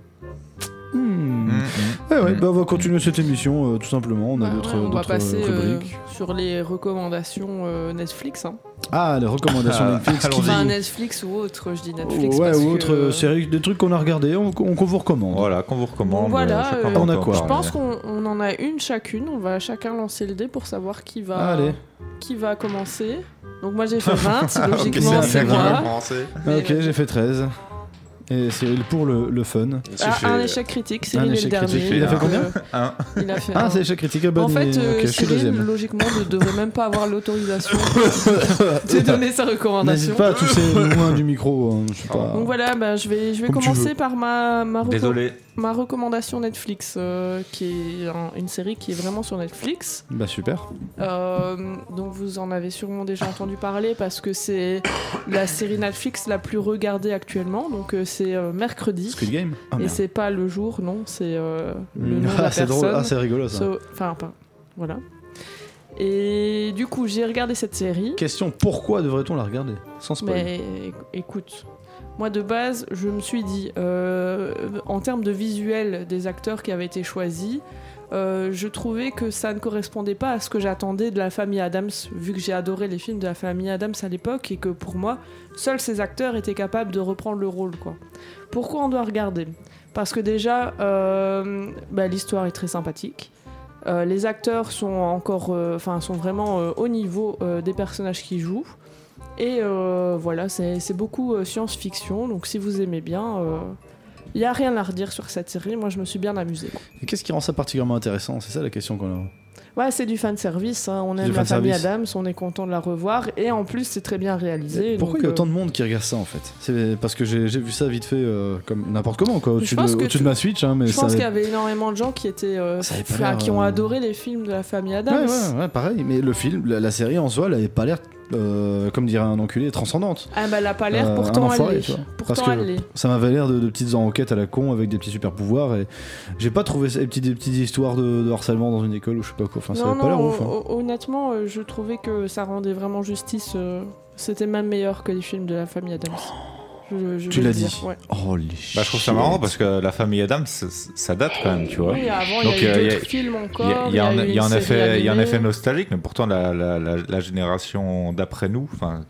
Speaker 3: Hmm.
Speaker 4: Mhm.
Speaker 3: Eh ouais,
Speaker 4: Mm.
Speaker 3: bah on va continuer cette émission euh, tout simplement. On a
Speaker 5: Ah
Speaker 3: d'autres
Speaker 5: ouais, on va
Speaker 3: d'autres,
Speaker 5: passer
Speaker 3: euh,
Speaker 5: euh,
Speaker 3: rubriques.
Speaker 5: sur les recommandations euh, Netflix. Hein.
Speaker 3: Ah, les recommandations
Speaker 4: Ah,
Speaker 3: Netflix. qui-
Speaker 5: Enfin, Netflix ou autre, je dis Netflix.
Speaker 3: ouais,
Speaker 5: parce
Speaker 3: ou autres
Speaker 5: que,
Speaker 3: euh, séries, des trucs qu'on a regardé, on, qu'on qu'on vous recommande.
Speaker 4: Voilà, qu'on vous recommande.
Speaker 5: Voilà,
Speaker 4: chacun
Speaker 5: euh,
Speaker 4: va
Speaker 3: on a
Speaker 4: encore
Speaker 3: quoi
Speaker 5: Je
Speaker 4: parler.
Speaker 5: pense qu'on on en a une chacune. On va chacun lancer le dé pour savoir qui va,
Speaker 3: Ah, Allez,
Speaker 5: qui va commencer. Donc moi j'ai fait 20,
Speaker 3: Ok,
Speaker 5: logiquement
Speaker 3: c'est
Speaker 5: c'est
Speaker 3: bien.
Speaker 5: moi. Mais
Speaker 3: ok, j'ai fait 13. Et Cyril pour le, le fun.
Speaker 5: Ah, un échec critique, Cyril
Speaker 3: Un
Speaker 5: est le
Speaker 3: échec
Speaker 5: dernier.
Speaker 3: critique. Il a fait
Speaker 5: donc,
Speaker 3: combien
Speaker 5: euh,
Speaker 4: Un.
Speaker 5: Il a fait
Speaker 3: Ah,
Speaker 5: un.
Speaker 3: c'est échec critique. ah, bonne
Speaker 5: en fait,
Speaker 3: idée.
Speaker 5: euh,
Speaker 3: Ok, je suis
Speaker 5: Cyril,
Speaker 3: deuxième.
Speaker 5: logiquement, ne devrait même pas avoir l'autorisation de donner sa recommandation.
Speaker 3: Ah, N'hésite pas à tousser loin du micro. hein, je sais pas.
Speaker 5: Donc voilà, bah, je vais, je vais
Speaker 3: Comme tu
Speaker 5: commencer
Speaker 3: veux.
Speaker 5: par ma, ma, reco-
Speaker 4: Désolé.
Speaker 5: ma recommandation Netflix, euh, qui est un- une série qui est vraiment sur Netflix.
Speaker 3: Bah super.
Speaker 5: Euh, donc vous en avez sûrement déjà entendu parler parce que c'est la série Netflix la plus regardée actuellement. Donc euh, c'est euh, mercredi.
Speaker 3: Squid Game. Ah,
Speaker 5: et
Speaker 3: merde.
Speaker 5: c'est pas le jour, non, c'est euh, le nom de la
Speaker 3: Ah, c'est drôle,
Speaker 5: personne.
Speaker 3: ah, c'est rigolo ça.
Speaker 5: So- Enfin, pas. Voilà. Et du coup, j'ai regardé cette série.
Speaker 3: Question pourquoi devrait-on la regarder Sans spoil.
Speaker 5: Mais éc- écoute, moi de base, je me suis dit, euh, en termes de visuel des acteurs qui avaient été choisis, euh, je trouvais que ça ne correspondait pas à ce que j'attendais de la famille Adams, vu que j'ai adoré les films de la famille Adams à l'époque et que pour moi, seuls ces acteurs étaient capables de reprendre le rôle. Quoi. Pourquoi on doit regarder Parce que déjà, euh, bah, l'histoire est très sympathique. Euh, les acteurs sont encore, euh, enfin, sont vraiment euh, au niveau euh, des personnages qu'ils jouent. Et euh, voilà, c'est c'est beaucoup euh, science-fiction, donc si vous aimez bien, il n'y a rien à redire sur cette série. Moi, je me suis bien amusée. quoi.
Speaker 3: Et Qu'est-ce qui rend ça particulièrement intéressant C'est ça la question qu'on a.
Speaker 5: Ouais, c'est du fanservice, hein. on
Speaker 3: C'est
Speaker 5: aime
Speaker 3: du
Speaker 5: la famille
Speaker 3: fanservice.
Speaker 5: Adams, on est content de la revoir, et en plus, c'est très bien réalisé.
Speaker 3: Pourquoi
Speaker 5: donc,
Speaker 3: il y a
Speaker 5: euh,
Speaker 3: autant de monde qui regarde ça en fait C'est parce que j'ai j'ai vu ça vite fait euh, comme n'importe comment quoi au-dessus
Speaker 5: Je
Speaker 3: de,
Speaker 5: pense que
Speaker 3: au-dessus de
Speaker 5: tu-
Speaker 3: ma Switch hein, mais
Speaker 5: Je
Speaker 3: ça
Speaker 5: pense
Speaker 3: avait-
Speaker 5: qu'il y avait énormément de gens qui étaient, euh,
Speaker 3: Ça avait pas
Speaker 5: enfin,
Speaker 3: l'air,
Speaker 5: qui ont
Speaker 3: euh,
Speaker 5: adoré les films de la famille
Speaker 3: Ouais,
Speaker 5: Adams.
Speaker 3: ouais, ouais, pareil. Mais le film, la, la série en soi, elle avait pas l'air, euh, comme dirait un enculé, transcendante.
Speaker 5: Ah bah elle a pas l'air,
Speaker 3: Euh, un
Speaker 5: pourtant
Speaker 3: enfoiré,
Speaker 5: elle l'est.
Speaker 3: tu vois.
Speaker 5: Pourtant
Speaker 3: Parce que
Speaker 5: elle l'est.
Speaker 3: Ça m'avait l'air de, de petites enquêtes à la con avec des petits super pouvoirs et j'ai pas trouvé ça- des petites, des petites histoires de, de harcèlement dans une école ou je sais pas quoi. Enfin, ça
Speaker 5: non,
Speaker 3: avait pas l'air
Speaker 5: non,
Speaker 3: ouf. hein.
Speaker 5: hon- hon- honnêtement, euh, je trouvais que ça rendait vraiment justice. euh, C'était même meilleur que les films de la famille Adams. Je- je
Speaker 3: Tu
Speaker 5: vais
Speaker 3: l'as
Speaker 5: le dire,
Speaker 3: dit.
Speaker 5: ouais.
Speaker 3: Oh les
Speaker 4: Bah, je trouve ça marrant parce que La famille Adams, ça- ça date quand même, tu vois.
Speaker 5: Oui, avant,
Speaker 4: Donc,
Speaker 5: il y a
Speaker 4: euh,
Speaker 5: eu
Speaker 4: il y a-
Speaker 5: d'autres films encore.
Speaker 4: Il y a- il y a un-
Speaker 5: eu
Speaker 4: il y a
Speaker 5: une
Speaker 4: un
Speaker 5: série
Speaker 4: effet- il y a un
Speaker 5: animée.
Speaker 4: effet nostalgique, mais pourtant la, la- la- la génération d'après nous, enfin,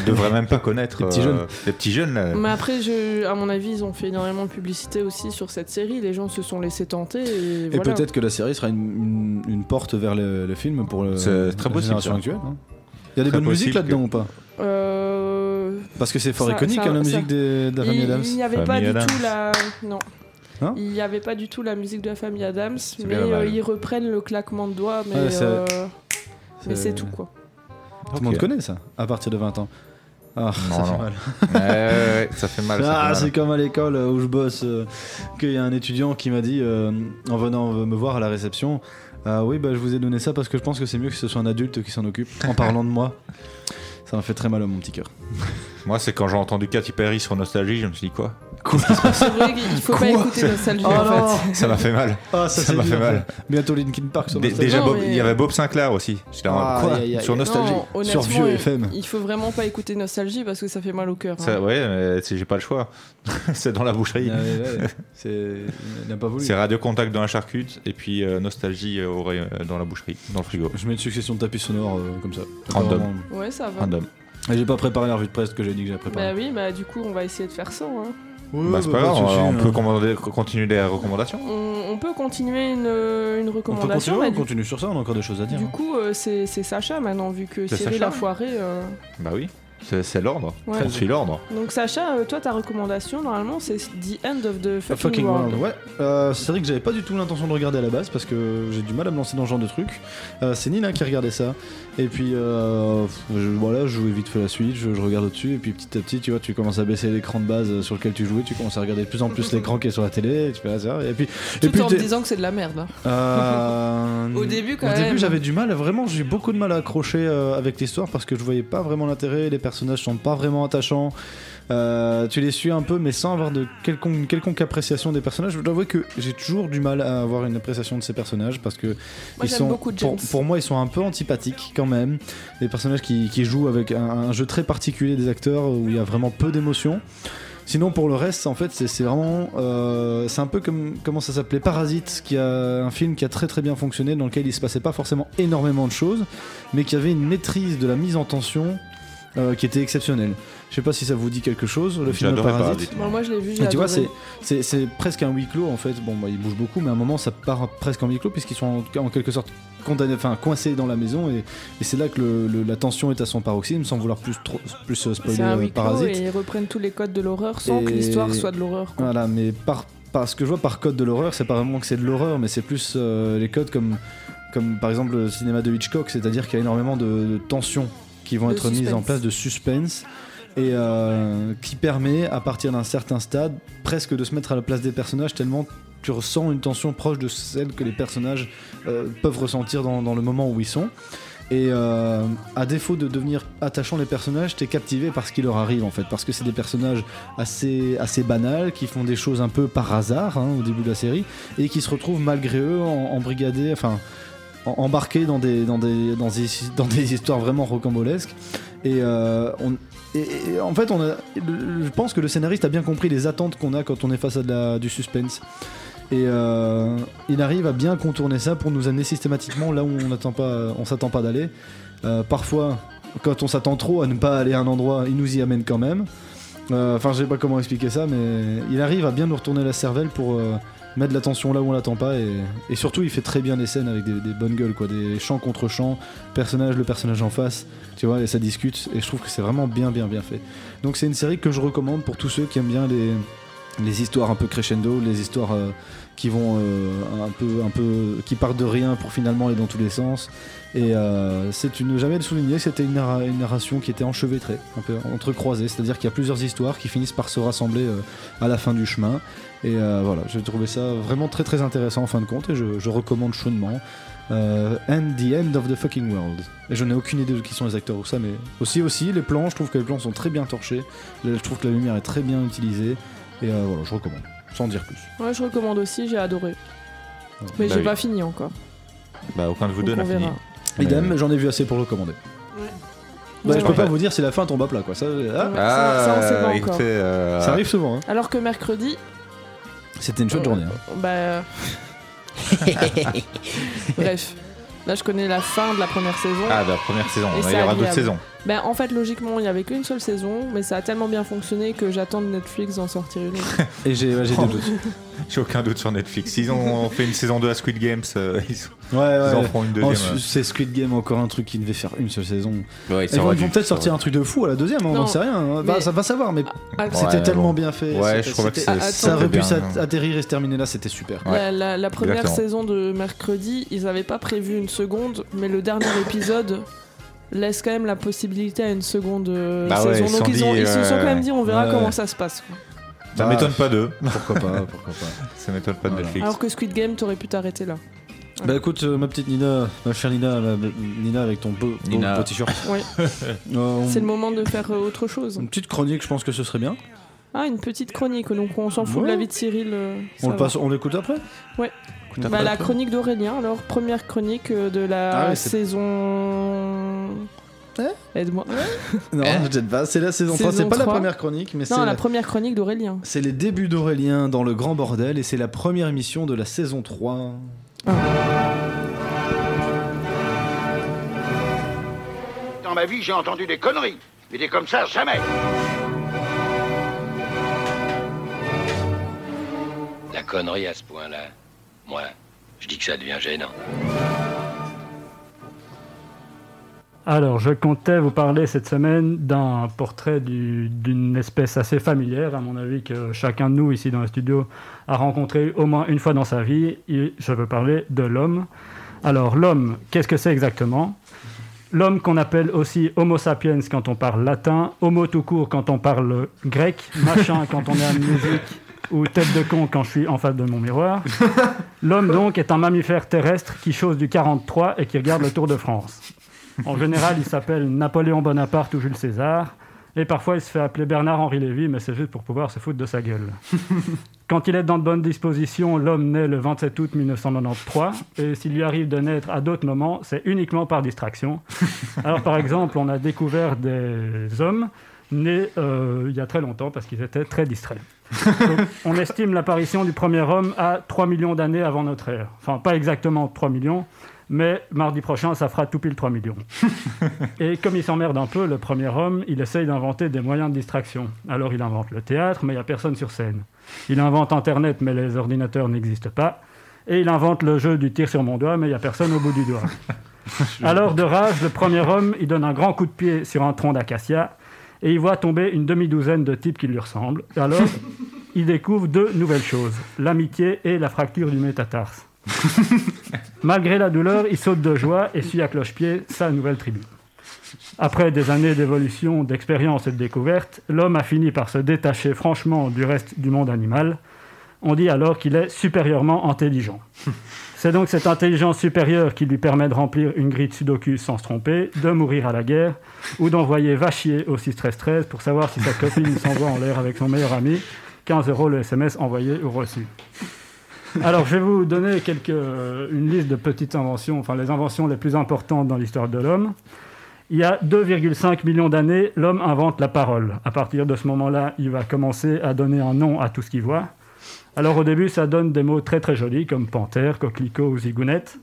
Speaker 4: ne devrait même pas connaître euh,
Speaker 3: Les petits jeunes.
Speaker 4: les petits jeunes. là.
Speaker 5: Mais après, je, à mon avis, ils ont fait énormément de publicité aussi sur cette série. Les gens se sont laissés tenter. Et,
Speaker 3: Et
Speaker 5: voilà.
Speaker 3: peut-être que la série sera une, une- une porte vers le, le film pour le,
Speaker 4: C'est très
Speaker 3: la
Speaker 4: possible,
Speaker 3: génération
Speaker 4: ça.
Speaker 3: actuelle. hein. Il y a des
Speaker 4: Très
Speaker 3: bonnes musiques
Speaker 4: possible
Speaker 3: là-dedans ou pas
Speaker 5: Euh,
Speaker 3: Parce que c'est fort
Speaker 5: Ça-
Speaker 3: iconique
Speaker 5: ça-
Speaker 3: hein, la
Speaker 5: ça-
Speaker 3: musique des- de la famille
Speaker 5: il
Speaker 3: Adams. Hein
Speaker 5: il n'y avait
Speaker 4: Famille
Speaker 5: pas
Speaker 4: Adams.
Speaker 5: du tout la. Non.
Speaker 3: Non
Speaker 5: il n'y avait pas du tout la musique de la famille Adams, mais
Speaker 4: bien dommage.
Speaker 5: euh, ils reprennent le claquement de doigts, mais
Speaker 3: Ouais, c'est-
Speaker 5: euh, mais c'est tout quoi.
Speaker 3: Tout le monde connaît ça, à partir de 20 ans. Ah,
Speaker 4: Non,
Speaker 3: ça fait
Speaker 4: non.
Speaker 3: mal.
Speaker 4: Ouais, ouais, ouais, ça fait mal. ça
Speaker 3: Ah,
Speaker 4: fait
Speaker 3: c'est
Speaker 4: mal.
Speaker 3: comme à l'école euh, où je bosse, euh, qu'il y a un étudiant qui m'a dit, euh, en venant euh, me voir à la réception, Ah oui, bah, je vous ai donné ça parce que je pense que c'est mieux que ce soit un adulte qui s'en occupe, en parlant de moi. Ça m'a fait très mal à mon petit cœur.
Speaker 4: Moi, c'est quand j'ai entendu Katy Perry sur Nostalgie, je me suis dit quoi
Speaker 5: C'est vrai qu'il faut pas écouter Nostalgie
Speaker 3: Oh
Speaker 5: en fait.
Speaker 4: Ça m'a fait mal.
Speaker 3: Ah, ça,
Speaker 4: Ça
Speaker 3: c'est
Speaker 4: m'a
Speaker 3: dur.
Speaker 4: fait mal.
Speaker 3: Bientôt Linkin Park sur
Speaker 4: Dé-
Speaker 3: ma-
Speaker 4: Déjà,
Speaker 5: Non,
Speaker 4: Bob-
Speaker 5: mais- euh,
Speaker 4: il y avait Bob Sinclair aussi. J'étais là,
Speaker 3: Ah,
Speaker 4: quoi
Speaker 3: aïe, aïe, aïe.
Speaker 4: Sur Nostalgie.
Speaker 5: Non,
Speaker 3: Sur
Speaker 5: honnêtement,
Speaker 3: Vieux
Speaker 5: il-
Speaker 3: FM.
Speaker 5: Il faut vraiment pas écouter Nostalgie parce que ça fait mal au cœur. hein.
Speaker 4: Ça, ouais, mais c'est- j'ai pas le choix. c'est dans la boucherie.
Speaker 3: Ah, Ouais, ouais, ouais. C'est- Il n'a pas voulu.
Speaker 4: C'est Radio Contact dans la charcute et puis euh, Nostalgie euh, au rayon- euh, dans la boucherie, dans le frigo.
Speaker 3: Je mets une succession de tapis sonores euh, comme ça.
Speaker 4: Random.
Speaker 3: Vraiment.
Speaker 5: Ouais, ça va.
Speaker 4: Random.
Speaker 3: Et J'ai pas préparé la revue de presse que j'ai dit que j'avais
Speaker 5: Bah
Speaker 3: préparée.
Speaker 5: oui, bah du coup, on va essayer de faire ça. hein.
Speaker 4: Bah, c'est pas grave, on, on
Speaker 3: hein.
Speaker 4: peut commander- continuer les recommandations.
Speaker 5: On, on peut continuer une, une
Speaker 3: On peut
Speaker 5: recommandation.
Speaker 3: continuer, on
Speaker 5: mais du-
Speaker 3: continue sur ça, on a encore des choses à dire.
Speaker 5: du,
Speaker 3: hein.
Speaker 5: coup, euh, c'est c'est Sacha maintenant, vu que
Speaker 4: C'est
Speaker 5: Cyril
Speaker 4: Sacha,
Speaker 5: a
Speaker 4: ouais.
Speaker 5: foiré. euh,
Speaker 4: Bah oui, c'est c'est l'ordre.
Speaker 5: Ouais.
Speaker 4: On suit l'ordre.
Speaker 5: Donc Sacha, euh, toi ta recommandation normalement c'est The End of the Fucking,
Speaker 3: Fucking
Speaker 5: World.
Speaker 3: World, ouais. Euh, c'est vrai que j'avais pas du tout l'intention de regarder à la base parce que j'ai du mal à me lancer dans ce genre de truc. Euh, c'est Nina qui regardait ça. Et puis euh, je, voilà, je jouais vite fait la suite, je, je regarde au-dessus. Et puis petit à petit, tu vois, tu commences à baisser l'écran de base sur lequel tu jouais, tu commences à regarder de plus en plus l'écran qui est sur la télé. Et tu fais, ah, c'est vrai. Et puis, et
Speaker 5: Tout
Speaker 3: puis
Speaker 5: en me
Speaker 3: t'es-
Speaker 5: disant que c'est de la merde. hein.
Speaker 3: Euh,
Speaker 5: Au début, quand
Speaker 3: au début,
Speaker 5: même.
Speaker 3: j'avais du mal, vraiment, j'ai eu beaucoup de mal à accrocher euh, avec l'histoire parce que je voyais pas vraiment l'intérêt, les personnages sont pas vraiment attachants. Euh, tu les suis un peu, mais sans avoir de quelconque, une quelconque appréciation des personnages. Je dois avouer que j'ai toujours du mal à avoir une appréciation de ces personnages parce que
Speaker 5: Moi
Speaker 3: ils
Speaker 5: j'aime
Speaker 3: sont-
Speaker 5: beaucoup James.
Speaker 3: pour, pour moi, ils sont un peu antipathiques quand même. Des personnages qui, qui jouent avec un, un jeu très particulier des acteurs où il y a vraiment peu d'émotions. Sinon, pour le reste, en fait, c'est c'est vraiment. euh, c'est un peu comme. Comment ça s'appelait Parasite, qui a un film qui a très très bien fonctionné, dans lequel il se passait pas forcément énormément de choses, mais qui avait une maîtrise de la mise en tension euh, qui était exceptionnelle. Je sais pas si ça vous dit quelque chose, le film
Speaker 4: J'adorais
Speaker 3: Parasite.
Speaker 4: Parasite.
Speaker 5: Bon, moi je l'ai vu, j'ai
Speaker 3: Et tu vois,
Speaker 5: adoré.
Speaker 3: c'est, c'est, c'est presque un huis clos en fait. Bon, bah, ils bougent beaucoup, mais à un moment, ça part presque en huis clos puisqu'ils sont en, en quelque sorte condamnés, enfin coincés dans la maison. Et, et c'est là que le- le- la tension est à son paroxysme, sans vouloir plus, trop, plus euh, spoiler
Speaker 5: C'est un
Speaker 3: euh,
Speaker 5: huis clos
Speaker 3: Parasite.
Speaker 5: et ils reprennent tous les codes de l'horreur sans
Speaker 3: Et-
Speaker 5: que l'histoire soit de l'horreur. quoi.
Speaker 3: Voilà, mais par, par- ce que je vois par code de l'horreur, c'est pas vraiment que c'est de l'horreur, mais c'est plus euh, les codes comme, comme par exemple le cinéma de Hitchcock, c'est-à-dire qu'il y a énormément de, de tensions qui vont
Speaker 5: De
Speaker 3: être mises en
Speaker 5: suspense.
Speaker 3: place, de suspense, et euh, qui permet à partir d'un certain stade presque de se mettre à la place des personnages tellement tu ressens une tension proche de celle que les personnages euh, peuvent ressentir dans, dans le moment où ils sont. Et euh, à défaut de devenir attachant les personnages, t'es captivé par ce qui leur arrive en fait, parce que c'est des personnages assez, assez banals, qui font des choses un peu par hasard hein, au début de la série, et qui se retrouvent malgré eux en- embrigadés, enfin en- embarqués dans des, dans, des, dans, des, dans des histoires vraiment rocambolesques. Et, euh, on- et- et en fait, on a, le- je pense que le scénariste a bien compris les attentes qu'on a quand on est face à de la- du suspense. Et euh, il arrive à bien contourner ça pour nous amener systématiquement là où on n'attend pas, on s'attend pas d'aller. Euh, parfois, quand on s'attend trop à ne pas aller à un endroit, il nous y amène quand même. Euh, Enfin, je sais pas comment expliquer ça, mais il arrive à bien nous retourner la cervelle pour euh, mettre l'attention là où on l'attend pas. Et, et surtout, il fait très bien les scènes avec des, des bonnes gueules, quoi, des champs contre champs, personnage, le personnage en face, tu vois, et ça discute. Et je trouve que c'est vraiment bien, bien, bien fait. Donc, c'est une série que je recommande pour tous ceux qui aiment bien les, les histoires un peu crescendo, les histoires euh, qui vont euh, un peu, un peu, qui partent de rien pour finalement aller dans tous les sens. Et euh, c'est une, jamais le souligner, c'était une, narra- une narration qui était enchevêtrée, un peu entrecroisée, c'est-à-dire qu'il y a plusieurs histoires qui finissent par se rassembler euh, à la fin du chemin. Et euh, voilà, j'ai trouvé ça vraiment très très intéressant en fin de compte et je, je recommande chaudement. Euh, and the end of the fucking world. Et je n'ai aucune idée de qui sont les acteurs ou ça, mais aussi aussi les plans. Je trouve que les plans sont très bien torchés. Je trouve que la lumière est très bien utilisée. Et euh, voilà, je recommande, sans dire plus.
Speaker 5: Moi je recommande aussi, j'ai adoré. Mais
Speaker 4: Bah
Speaker 5: j'ai
Speaker 4: oui.
Speaker 5: pas fini encore.
Speaker 4: Bah, aucun de vous
Speaker 5: donc
Speaker 4: deux n'a
Speaker 5: on
Speaker 4: fini.
Speaker 5: verra.
Speaker 3: Idem, j'en ai vu assez pour le commander. Bah, je peux
Speaker 4: Ouais.
Speaker 3: pas vous dire si la fin tombe à plat, quoi. Ça, ah,
Speaker 5: Ouais, ça- ça, on sait pas encore.
Speaker 4: Ah, écoutez, euh,
Speaker 3: ça arrive souvent. hein.
Speaker 5: Alors que mercredi,
Speaker 3: C'était une chouette
Speaker 5: Euh,
Speaker 3: journée. hein.
Speaker 5: Bah. Bref. Là, je connais la fin de la première saison.
Speaker 4: Ah, de la première saison.
Speaker 5: Et
Speaker 4: Il
Speaker 5: c'est
Speaker 4: y aura d'autres
Speaker 5: agréable.
Speaker 4: saisons.
Speaker 5: Ben, en fait, logiquement, il n'y avait qu'une seule saison, mais ça a tellement bien fonctionné que j'attends de Netflix d'en sortir une autre.
Speaker 3: Et j'ai ouais, j'ai des doutes.
Speaker 4: J'ai aucun doute sur Netflix. S'ils ont fait une saison 2 à Squid Games, euh, ils, sont-
Speaker 3: Ouais,
Speaker 4: ils
Speaker 3: ouais.
Speaker 4: en feront une
Speaker 5: Oh,
Speaker 4: deuxième.
Speaker 3: Ensuite, c'est Squid Game, encore un truc qui devait faire une seule saison.
Speaker 4: ouais,
Speaker 3: Ils vont, ils vont peut-être sortir un truc de fou à la deuxième, hein, on
Speaker 5: Non,
Speaker 3: n'en sait rien. hein. Va-
Speaker 5: mais-
Speaker 3: ça va savoir, mais
Speaker 5: Ah,
Speaker 4: Ouais,
Speaker 3: c'était tellement
Speaker 4: bon.
Speaker 3: bien fait. c'était-
Speaker 4: Ouais, je trouvais que
Speaker 3: c'était- Ah,
Speaker 5: Ah,
Speaker 4: c'est-
Speaker 5: attends.
Speaker 3: ça aurait
Speaker 4: c'était
Speaker 3: pu
Speaker 4: bien.
Speaker 3: s'at- atterrir et se terminer là, c'était super.
Speaker 4: Ouais,
Speaker 5: la, la- la première
Speaker 4: exactement.
Speaker 5: saison de mercredi, ils n'avaient pas prévu une seconde, mais le dernier épisode laisse quand même la possibilité à une seconde euh,
Speaker 4: Bah ouais,
Speaker 5: saison.
Speaker 4: ils
Speaker 5: Donc
Speaker 4: sont
Speaker 5: ils, ont-
Speaker 4: dit,
Speaker 5: ils se sont
Speaker 4: euh,
Speaker 5: quand même dit, on verra
Speaker 3: ouais.
Speaker 5: comment ça se passe. quoi.
Speaker 4: Ça
Speaker 3: Ah,
Speaker 4: m'étonne pas d'eux.
Speaker 3: Pourquoi pas, pourquoi pas.
Speaker 4: Ça m'étonne pas de
Speaker 3: Voilà.
Speaker 4: Netflix.
Speaker 5: Alors que Squid Game, t'aurais pu t'arrêter là.
Speaker 3: Bah écoute, euh, ma petite Nina, ma chère Nina, la- Nina avec ton beau, beau,
Speaker 9: Nina.
Speaker 3: beau t-shirt.
Speaker 5: Ouais.
Speaker 3: Euh, on-
Speaker 5: C'est le moment de faire euh, autre chose.
Speaker 3: Une petite chronique, je pense que ce serait bien.
Speaker 5: Ah, une petite chronique, donc on s'en fout de la
Speaker 3: Ouais.
Speaker 5: vie de Cyril. euh, ça
Speaker 3: On le
Speaker 5: va.
Speaker 3: passe, on l'écoute après.
Speaker 5: Ouais.
Speaker 3: Écoute
Speaker 5: Bah,
Speaker 3: après.
Speaker 5: la chronique d'Aurélien, alors première chronique euh, de la
Speaker 3: Ah ouais, c'est-
Speaker 5: saison.
Speaker 3: Hein
Speaker 5: Aide-moi.
Speaker 3: Non, peut-être pas. C'est la saison
Speaker 5: Saison
Speaker 3: 3. C'est pas la
Speaker 5: 3.
Speaker 3: première chronique, mais c'est
Speaker 5: Non,
Speaker 3: la-
Speaker 5: la première chronique d'Aurélien.
Speaker 3: c'est les débuts d'Aurélien dans le grand bordel et c'est la première émission de la saison 3.
Speaker 8: Dans ma vie, j'ai entendu des conneries. Mais des comme ça, jamais.
Speaker 11: La connerie à ce point-là, moi, je dis que ça devient gênant.
Speaker 12: Alors, je comptais vous parler cette semaine d'un portrait du- d'une espèce assez familière, à mon avis, que chacun de nous ici dans le studio a rencontré au moins une fois dans sa vie. Et je veux parler de l'homme. Alors, l'homme, qu'est-ce que c'est exactement L'homme qu'on appelle aussi Homo sapiens quand on parle latin, Homo tout court quand on parle grec, machin quand on est amnésique, ou tête de con quand je suis en face de mon miroir. L'homme donc est un mammifère terrestre qui chose du 43 et qui regarde le Tour de France. En général, il s'appelle Napoléon Bonaparte ou Jules César. Et parfois, il se fait appeler Bernard-Henri Lévy, mais c'est juste pour pouvoir se foutre de sa gueule. Quand il est dans de bonnes dispositions, l'homme naît le 27 août 1993. Et s'il lui arrive de naître à d'autres moments, c'est uniquement par distraction. Alors, par exemple, on a découvert des hommes nés euh, il y a très longtemps parce qu'ils étaient très distraits. Donc, on estime l'apparition du premier homme à 3 millions d'années avant notre ère. Enfin, pas exactement 3 millions, mais mardi prochain, ça fera tout pile 3 millions. Et comme il s'emmerde un peu, le premier homme, il essaye d'inventer des moyens de distraction. Alors il invente le théâtre, mais il n'y a personne sur scène. Il invente Internet, mais les ordinateurs n'existent pas. Et il invente le jeu du tir sur mon doigt, mais il n'y a personne au bout du doigt. Alors de rage, le premier homme, il donne un grand coup de pied sur un tronc d'acacia et il voit tomber une demi-douzaine de types qui lui ressemblent. Alors, il découvre deux nouvelles choses, l'amitié et la fracture du métatarse. Malgré la douleur, il saute de joie et suit à cloche-pied sa nouvelle tribu. Après des années d'évolution, d'expérience et de découverte, l'homme a fini par se détacher franchement du reste du monde animal. On dit alors qu'il est supérieurement intelligent. C'est donc cette intelligence supérieure qui lui permet de remplir une grille de sudoku sans se tromper, de mourir à la guerre, ou d'envoyer vachier au 6-13-13 pour savoir si sa copine s'envoie en l'air avec son meilleur ami. 15 euros le SMS envoyé ou reçu. Alors, je vais vous donner quelques, euh, une liste de petites inventions, enfin les inventions les plus importantes dans l'histoire de l'homme. Il y a 2,5 millions d'années, l'homme invente la parole. À partir de ce moment-là, il va commencer à donner un nom à tout ce qu'il voit. Alors au début, ça donne des mots très très jolis comme panthère, coquelicot ou zigounette.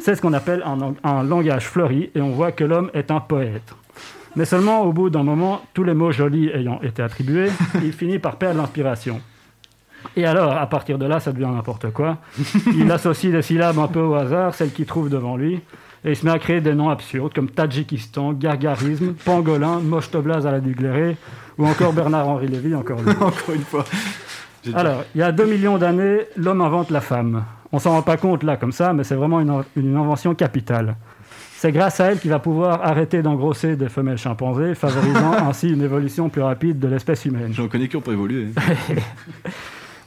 Speaker 12: C'est ce qu'on appelle un, lang- un langage fleuri et on voit que l'homme est un poète. Mais seulement au bout d'un moment, tous les mots jolis ayant été attribués, il finit par perdre l'inspiration. Et alors, à partir de là, ça devient n'importe quoi. Il associe des syllabes un peu au hasard, celles qu'il trouve devant lui, et il se met à créer des noms absurdes comme Tadjikistan, Gargarisme, Pangolin, Mochtoblaz à la Dugléré, ou encore Bernard-Henri Lévy, encore lui.
Speaker 2: Encore une fois. J'ai déjà-
Speaker 12: Alors, il y a 2 millions d'années, l'homme invente la femme. On s'en rend pas compte là comme ça, mais c'est vraiment une, in- une invention capitale. C'est grâce à elle qu'il va pouvoir arrêter d'engrosser des femelles chimpanzés, favorisant ainsi une évolution plus rapide de l'espèce humaine.
Speaker 2: J'en connais qui ont pas évolué.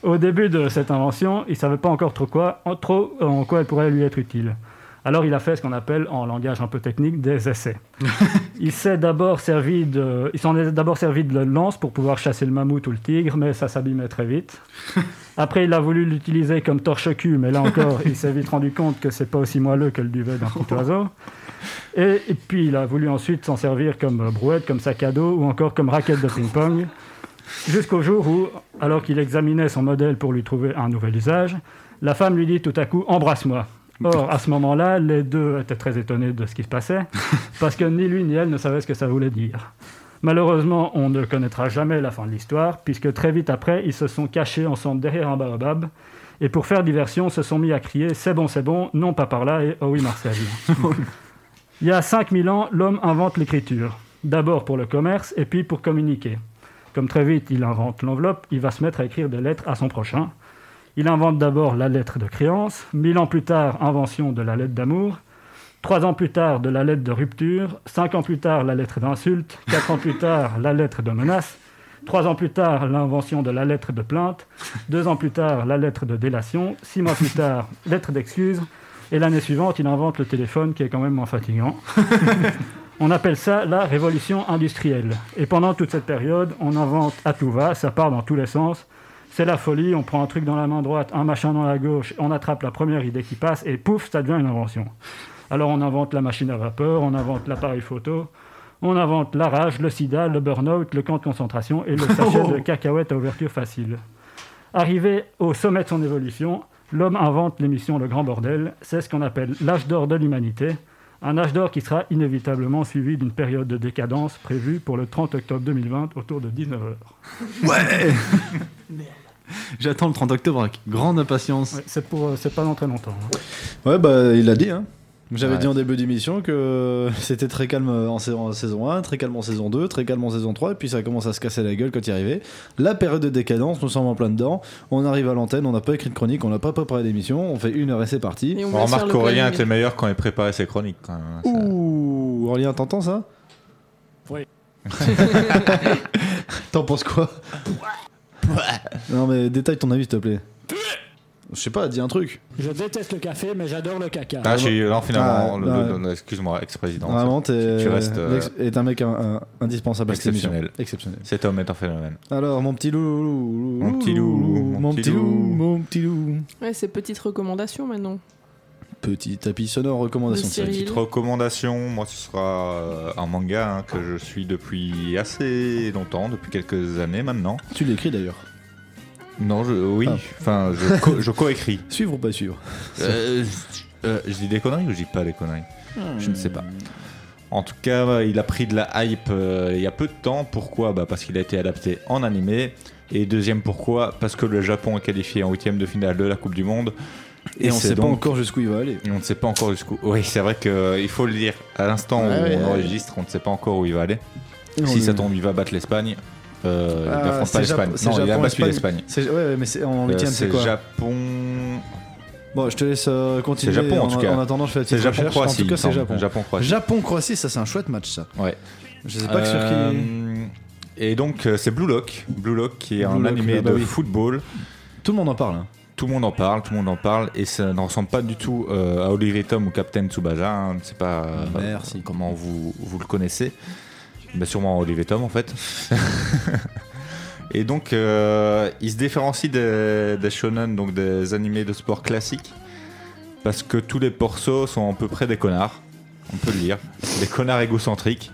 Speaker 12: Au début de cette invention, il ne savait pas encore trop, quoi, en, trop en quoi elle pourrait lui être utile. Alors il a fait ce qu'on appelle, en langage un peu technique, des essais. il s'est d'abord servi de, il s'en est d'abord servi de lance pour pouvoir chasser le mammouth ou le tigre, mais ça s'abîmait très vite. Après, il a voulu l'utiliser comme torche-cul, mais là encore, il s'est vite rendu compte que c'est pas aussi moelleux que le duvet d'un petit oiseau. Et, et puis, il a voulu ensuite s'en servir comme euh, brouette, comme sac à dos ou encore comme raquette de ping-pong. Jusqu'au jour où, alors qu'il examinait son modèle pour lui trouver un nouvel usage, la femme lui dit tout à coup Embrasse-moi. Or, à ce moment-là, les deux étaient très étonnés de ce qui se passait, parce que ni lui ni elle ne savaient ce que ça voulait dire. Malheureusement, on ne connaîtra jamais la fin de l'histoire, puisque très vite après, ils se sont cachés ensemble derrière un baobab, et pour faire diversion, se sont mis à crier C'est bon, c'est bon, non pas par là, et oh oui, Marcel. Il y a 5000 ans, l'homme invente l'écriture. D'abord pour le commerce et puis pour communiquer. Comme très vite il invente l'enveloppe, il va se mettre à écrire des lettres à son prochain. Il invente d'abord la lettre de créance, mille ans plus tard, invention de la lettre d'amour, trois ans plus tard, de la lettre de rupture, cinq ans plus tard, la lettre d'insulte, quatre ans plus tard, la lettre de menace, trois ans plus tard, l'invention de la lettre de plainte, deux ans plus tard, la lettre de délation, six mois plus tard, lettre d'excuse, et l'année suivante, il invente le téléphone qui est quand même moins fatigant. On appelle ça la révolution industrielle. Et pendant toute cette période, on invente à tout va, ça part dans tous les sens. C'est la folie, on prend un truc dans la main droite, un machin dans la gauche, on attrape la première idée qui passe et pouf, ça devient une invention. Alors on invente la machine à vapeur, on invente l'appareil photo, on invente la rage, le sida, le burn-out, le camp de concentration et le sachet de cacahuètes à ouverture facile. Arrivé au sommet de son évolution, l'homme invente l'émission Le Grand Bordel. C'est ce qu'on appelle l'âge d'or de l'humanité. Un âge d'or qui sera inévitablement suivi d'une période de décadence prévue pour le 30 octobre 2020 autour de 19h.
Speaker 3: Ouais J'attends le 30 octobre avec grande impatience.
Speaker 12: c'est pour, euh, c'est pas dans très longtemps. hein.
Speaker 3: Ouais, bah il l'a dit. Hein. J'avais
Speaker 12: Ouais.
Speaker 3: dit en début d'émission que c'était très calme euh, en sa- en saison 1, très calme en saison 2, très calme en saison 3, et puis ça commence à se casser la gueule quand il arrivait. La période de décadence, nous sommes en plein dedans. On arrive à l'antenne, on n'a pas écrit de chronique, on n'a pas préparé d'émission, on fait une heure et c'est parti.
Speaker 4: On remarque qu'Aurélien était meilleur quand il préparait ses chroniques. Quand même. hein.
Speaker 3: Ouh, Aurélien, t'entends ça
Speaker 12: Oui.
Speaker 3: T'en penses quoi Non mais détaille ton avis s'il te plaît. Je sais pas, dis un truc.
Speaker 13: Je déteste le café, mais j'adore le caca.
Speaker 4: Ah, je suis non, finalement,
Speaker 3: Ah,
Speaker 4: le-
Speaker 3: bah,
Speaker 4: le- le- excuse-moi, ex-président.
Speaker 3: Vraiment, t'es
Speaker 4: tu restes euh,
Speaker 3: l'ex- est un mec un- un- indispensable à cette émission.
Speaker 4: exceptionnel.
Speaker 3: Exceptionnel.
Speaker 4: Cet homme est un phénomène.
Speaker 3: Alors, mon petit loup, loup, loup,
Speaker 4: Mon petit loup,
Speaker 3: loup, mon petit loup, mon petit loup.
Speaker 5: Ouais, c'est petite recommandation maintenant.
Speaker 3: Petit tapis sonore
Speaker 5: De
Speaker 3: recommandation.
Speaker 5: Cyril.
Speaker 4: Petite recommandation, moi ce sera euh, un manga hein, que je suis depuis assez longtemps, depuis quelques années maintenant.
Speaker 3: Tu l'écris d'ailleurs
Speaker 4: Non, je, oui,
Speaker 3: Ah.
Speaker 4: enfin je, co- je co-écris.
Speaker 3: Suivre ou pas suivre
Speaker 4: Euh, je- euh, je dis des conneries ou je dis pas des conneries Je ne sais pas. En tout cas, euh, il a pris de la hype euh, il y a peu de temps. Pourquoi bah Parce qu'il a été adapté en animé. Et deuxième pourquoi Parce que le Japon est qualifié en huitième de finale de la Coupe du Monde.
Speaker 3: Et on
Speaker 4: c'est
Speaker 3: sait pas
Speaker 4: donc-
Speaker 3: encore jusqu'où il va aller.
Speaker 4: Et On ne sait pas encore jusqu'où. Oui, c'est vrai qu'il faut le dire. À l'instant
Speaker 3: Ouais,
Speaker 4: où
Speaker 3: ouais,
Speaker 4: on
Speaker 3: ouais.
Speaker 4: enregistre, on ne sait pas encore où il va aller.
Speaker 3: Et on
Speaker 4: si
Speaker 3: est-
Speaker 4: ça tombe, il va battre l'Espagne. Euh, il
Speaker 3: Ah,
Speaker 4: n'affronte
Speaker 3: c'est Jap-
Speaker 4: pas l'Espagne.
Speaker 3: c'est
Speaker 4: Non, il a
Speaker 3: Japon,
Speaker 4: battu
Speaker 3: Espagne.
Speaker 4: l'Espagne.
Speaker 3: C'est- Ouais, ouais, mais c'est en
Speaker 4: Euh,
Speaker 3: huitième, c'est quoi
Speaker 4: Japon.
Speaker 3: Bon, je te laisse euh, continuer.
Speaker 4: C'est Japon, en tout cas.
Speaker 3: En attendant, je fais la petite
Speaker 4: C'est Japon,
Speaker 3: recherche.
Speaker 4: Croatie,
Speaker 3: En tout cas,
Speaker 4: il
Speaker 3: c'est
Speaker 4: me semble.
Speaker 3: Japon.
Speaker 4: Japon-Croatie.
Speaker 3: Japon-Croatie, ça, c'est un chouette match, ça.
Speaker 4: Ouais.
Speaker 3: Je sais pas que sur qui.
Speaker 4: Euh, Et donc, euh, c'est Blue Lock. Blue Lock qui est un
Speaker 3: Blue Lock,
Speaker 4: animé
Speaker 3: ah bah
Speaker 4: de
Speaker 3: oui.
Speaker 4: football.
Speaker 3: Tout le monde en parle. hein.
Speaker 4: Tout le monde en parle, tout le monde en parle, et ça ne ressemble pas du tout euh, à Olivier Tom ou Captain Tsubasa. hein, Je ne sais pas euh, comment vous, vous le connaissez. Bah, sûrement Olivier Tom en fait. et donc, euh, il se différencie des, des shonen, donc des animés de sport classiques, parce que tous les porceaux sont à peu près des connards. On peut le dire, des connards égocentriques.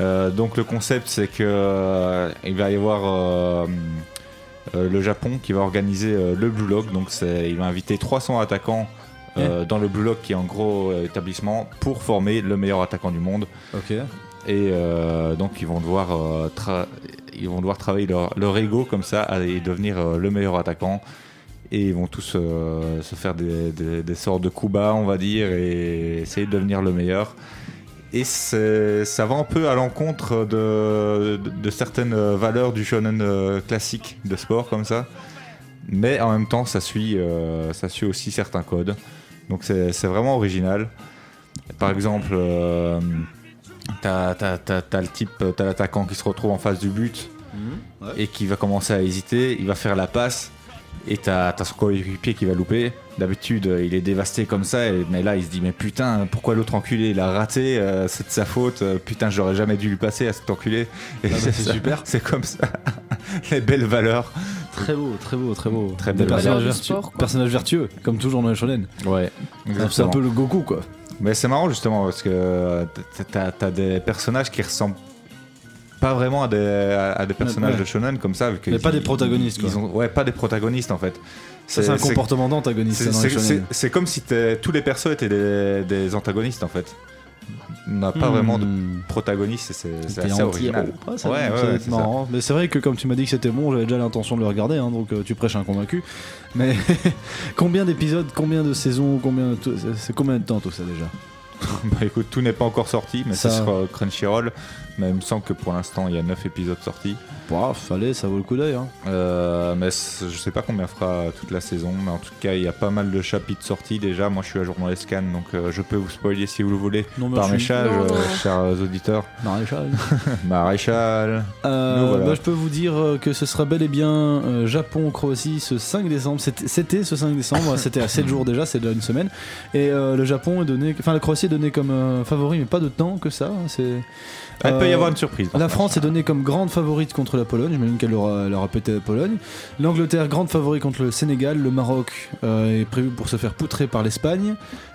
Speaker 4: Euh, donc le concept c'est que euh, il va y avoir euh, euh, le Japon qui va organiser euh, le Blue Lock. Donc c'est, il va inviter 300 attaquants euh, dans le Blue Lock qui est un gros euh, établissement pour former le meilleur attaquant du monde.
Speaker 3: Ok.
Speaker 4: Et euh, donc ils vont devoir euh, tra- ils vont devoir travailler leur, leur ego comme ça et devenir euh, le meilleur attaquant. Et ils vont tous euh, se faire des, des- des sortes de coups bas, on va dire, et essayer de devenir le meilleur. Et c'est- ça va un peu à l'encontre de, de- de certaines valeurs du shonen euh, classique de sport comme ça. Mais en même temps, ça suit, euh, ça suit aussi certains codes. Donc c'est c'est vraiment original. Par exemple, euh, t'as t'as- t'as- t'as le type, euh, t'as l'attaquant qui se retrouve en face du but
Speaker 3: Mhm, ouais.
Speaker 4: et qui va commencer à hésiter, il va faire la passe et t'as t'as son coéquipier qui va louper. D'habitude, euh, il est dévasté comme ça, et- mais là, il se dit Mais putain, pourquoi l'autre enculé il a raté euh, C'est de sa faute, euh, putain, j'aurais jamais dû lui passer à cet enculé. Et
Speaker 3: Ah bah, c'est
Speaker 4: ça,
Speaker 3: super.
Speaker 4: C'est comme ça, les belles valeurs.
Speaker 3: Très beau, très beau, très beau.
Speaker 4: Très
Speaker 3: Des
Speaker 4: beau.
Speaker 3: personnages
Speaker 4: Valeur du
Speaker 3: vertu-
Speaker 4: sport, quoi.
Speaker 3: personnages vertueux, comme toujours dans les shonen.
Speaker 4: Ouais.
Speaker 3: C'est un peu le Goku, quoi.
Speaker 4: Mais c'est marrant justement parce que euh, t- t'as t'as des personnages qui ressemblent pas vraiment à des, à- à des personnages
Speaker 3: Ouais.
Speaker 4: de shonen comme ça. Vu que
Speaker 3: Mais pas
Speaker 4: ils-
Speaker 3: des protagonistes,
Speaker 4: ils- ils ont- ouais, pas des protagonistes en fait.
Speaker 3: Ça, c'est un comportement d'antagoniste, hein,
Speaker 4: c'est-
Speaker 3: dans les
Speaker 4: c'est-
Speaker 3: shonen.
Speaker 4: C'est c'est comme si t'es- tous les persos étaient des, des antagonistes en fait. On n'a pas
Speaker 3: Hmm.
Speaker 4: vraiment de protagonistes et c'est c'est
Speaker 3: T'es
Speaker 4: assez
Speaker 3: anti-héros.
Speaker 4: original.
Speaker 3: Ah, ça
Speaker 4: ouais,
Speaker 3: va- ça
Speaker 4: ouais,
Speaker 3: va
Speaker 4: ouais,
Speaker 3: être
Speaker 4: c'est ça.
Speaker 3: marrant. Mais c'est vrai que comme tu m'as dit que c'était bon, j'avais déjà l'intention de le regarder, hein, donc euh, tu prêches un convaincu. Mais combien d'épisodes, combien de saisons, combien tout- c'est- c'est combien de temps tout ça déjà
Speaker 4: Bah écoute, tout n'est pas encore sorti, mais
Speaker 3: Ça-
Speaker 4: c'est sur euh, Crunchyroll. Mais il me semble que pour l'instant, il y a 9 épisodes sortis.
Speaker 3: Paf, allez, ça vaut le coup d'œil. hein.
Speaker 4: Euh, mais c- je sais pas combien fera toute la saison, mais en tout cas, il y a pas mal de chapitres sortis déjà. Moi, je suis à jour dans les scans, donc euh, je peux vous spoiler si vous le voulez
Speaker 3: Non, mais
Speaker 4: par
Speaker 3: je suis-
Speaker 4: message,
Speaker 3: Non, non.
Speaker 4: euh, chers auditeurs.
Speaker 3: Maréchal.
Speaker 4: Maréchal.
Speaker 3: Euh,
Speaker 4: Nous voilà.
Speaker 3: bah, je peux vous dire euh, que ce sera bel et bien euh, Japon Croatie ce 5 décembre. C'était- C'était ce 5 décembre, c'était à 7 jours déjà, c'est déjà une semaine. Et euh, le Japon est donné, enfin la Croatie est donnée comme euh, favori, mais pas de temps que ça. hein, C'est.
Speaker 4: Elle peut y avoir une surprise, par
Speaker 3: La France est donnée comme grande favorite contre la Pologne. J'imagine qu'elle aura, elle aura pété la Pologne. L'Angleterre grande favorite contre le Sénégal. Le Maroc euh, est prévu pour se faire poutrer par l'Espagne.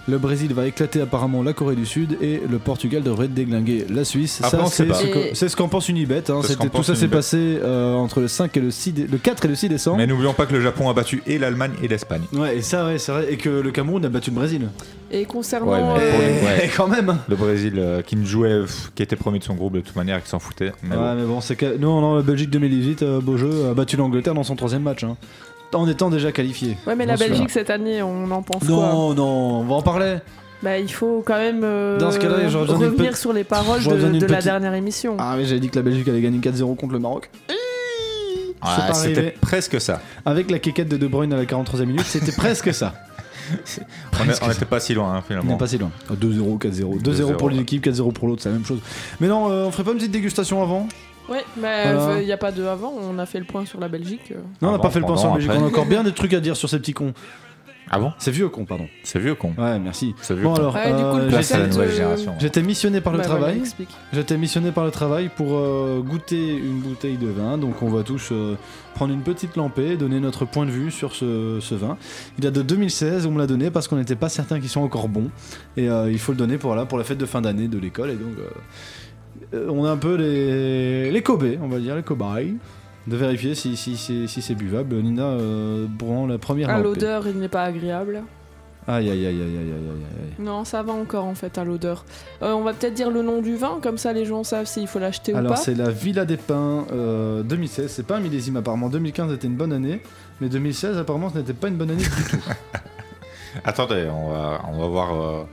Speaker 3: Le Brésil va éclater apparemment la Corée du Sud et le Portugal devrait déglinguer la Suisse.
Speaker 4: Après,
Speaker 3: Ça,
Speaker 4: on sait
Speaker 3: c'est
Speaker 4: Ah pas.
Speaker 3: ce que-
Speaker 4: Et-
Speaker 3: c'est ce qu'en pense Unibet. hein.
Speaker 4: C'est ce
Speaker 3: C'était-
Speaker 4: qu'en
Speaker 3: tout
Speaker 4: pense
Speaker 3: ça s'est
Speaker 4: Unibet.
Speaker 3: passé euh, entre le 5 et le 6, dé- le 4 et le 6 décembre.
Speaker 4: Mais n'oublions pas que le Japon a battu et l'Allemagne et l'Espagne.
Speaker 3: Ouais, et ça, ouais, c'est vrai. Et que le Cameroun a battu le Brésil.
Speaker 5: Et concernant.
Speaker 4: mais pour
Speaker 5: euh,
Speaker 4: le- ouais.
Speaker 3: quand même. hein.
Speaker 4: Le Brésil euh, qui ne jouait, pff, qui était premier de son groupe de toute manière, et qui s'en foutait. Mais
Speaker 3: ouais,
Speaker 4: bon.
Speaker 3: mais bon, c'est que. Non, non, la Belgique 2018, euh, beau jeu, a battu l'Angleterre dans son troisième match. hein. en étant déjà qualifié.
Speaker 5: Ouais, mais la
Speaker 3: Bon, celui-là.
Speaker 5: Belgique cette année, on en pense quoi
Speaker 3: Non, non, on va en parler.
Speaker 5: Bah, il faut quand même euh,
Speaker 3: Dans ce cas-là, j'aurais besoin d'une
Speaker 5: revenir
Speaker 3: petite-
Speaker 5: sur les paroles
Speaker 3: j'aurais
Speaker 5: de,
Speaker 3: besoin d'une
Speaker 5: de la
Speaker 3: petite-
Speaker 5: dernière émission.
Speaker 3: Ah oui, j'avais dit que la Belgique allait gagner 4-0 contre le Maroc.
Speaker 4: Ouais,
Speaker 3: C'est pas
Speaker 4: C'était
Speaker 3: arrivé.
Speaker 4: presque ça.
Speaker 3: Avec la quéquette de De Bruyne à la 43e minute, c'était presque ça.
Speaker 4: On est-
Speaker 3: Presque
Speaker 4: On
Speaker 3: ça.
Speaker 4: n'était pas si loin hein,
Speaker 3: On
Speaker 4: finalement.
Speaker 3: n'est pas si loin. Oh, 2-0, 4-0. 2-0 pour
Speaker 4: 2-0,
Speaker 3: l'une équipe, 4-0 pour l'autre, c'est la même chose. Mais non, euh, on ferait pas une petite dégustation avant
Speaker 5: Ouais, mais
Speaker 3: Voilà.
Speaker 5: il n'y a pas de avant, on a fait le point sur la Belgique. euh.
Speaker 3: Non, on n'a
Speaker 4: Avant,
Speaker 3: pas fait le point sur la
Speaker 4: pendant,
Speaker 3: Belgique.
Speaker 4: après.
Speaker 3: On a encore bien des trucs à dire sur ces petits cons.
Speaker 4: Ah bon
Speaker 3: C'est vieux con, pardon.
Speaker 4: C'est vieux con.
Speaker 3: Ouais, merci.
Speaker 4: C'est vieux
Speaker 3: Bon
Speaker 4: con.
Speaker 3: alors,
Speaker 5: Ouais, du coup, le
Speaker 3: euh,
Speaker 5: Place à la
Speaker 3: j'étais-
Speaker 5: nouvelle génération.
Speaker 3: j'étais missionné par le
Speaker 5: Bah voilà,
Speaker 3: travail.
Speaker 5: explique.
Speaker 3: j'étais missionné par le travail pour euh, goûter une bouteille de vin. Donc on va tous euh, prendre une petite lampée, donner notre point de vue sur ce, ce vin. Il date de 2016, on me l'a donné parce qu'on n'était pas certain qu'il soit encore bon. Et euh, il faut le donner pour, voilà, pour la fête de fin d'année de l'école. Et donc euh, euh, on est un peu les, les cobés, on va dire, les cobayes. De vérifier si, si, si, si c'est buvable. Nina euh, prend la première
Speaker 5: À
Speaker 3: lampée.
Speaker 5: Ah, l'odeur, il n'est pas agréable.
Speaker 3: Aïe aïe aïe aïe aïe aïe aïe aïe.
Speaker 5: Non, ça va encore en fait à l'odeur. Euh, on va peut-être dire le nom du vin, comme ça les gens savent s'il faut l'acheter ou pas.
Speaker 3: Alors c'est la Villa des Pins euh, 2016, c'est pas un millésime apparemment, 2015 était une bonne année, mais 2016 apparemment ce n'était pas une bonne année du tout.
Speaker 4: Attendez, on va, on va voir euh,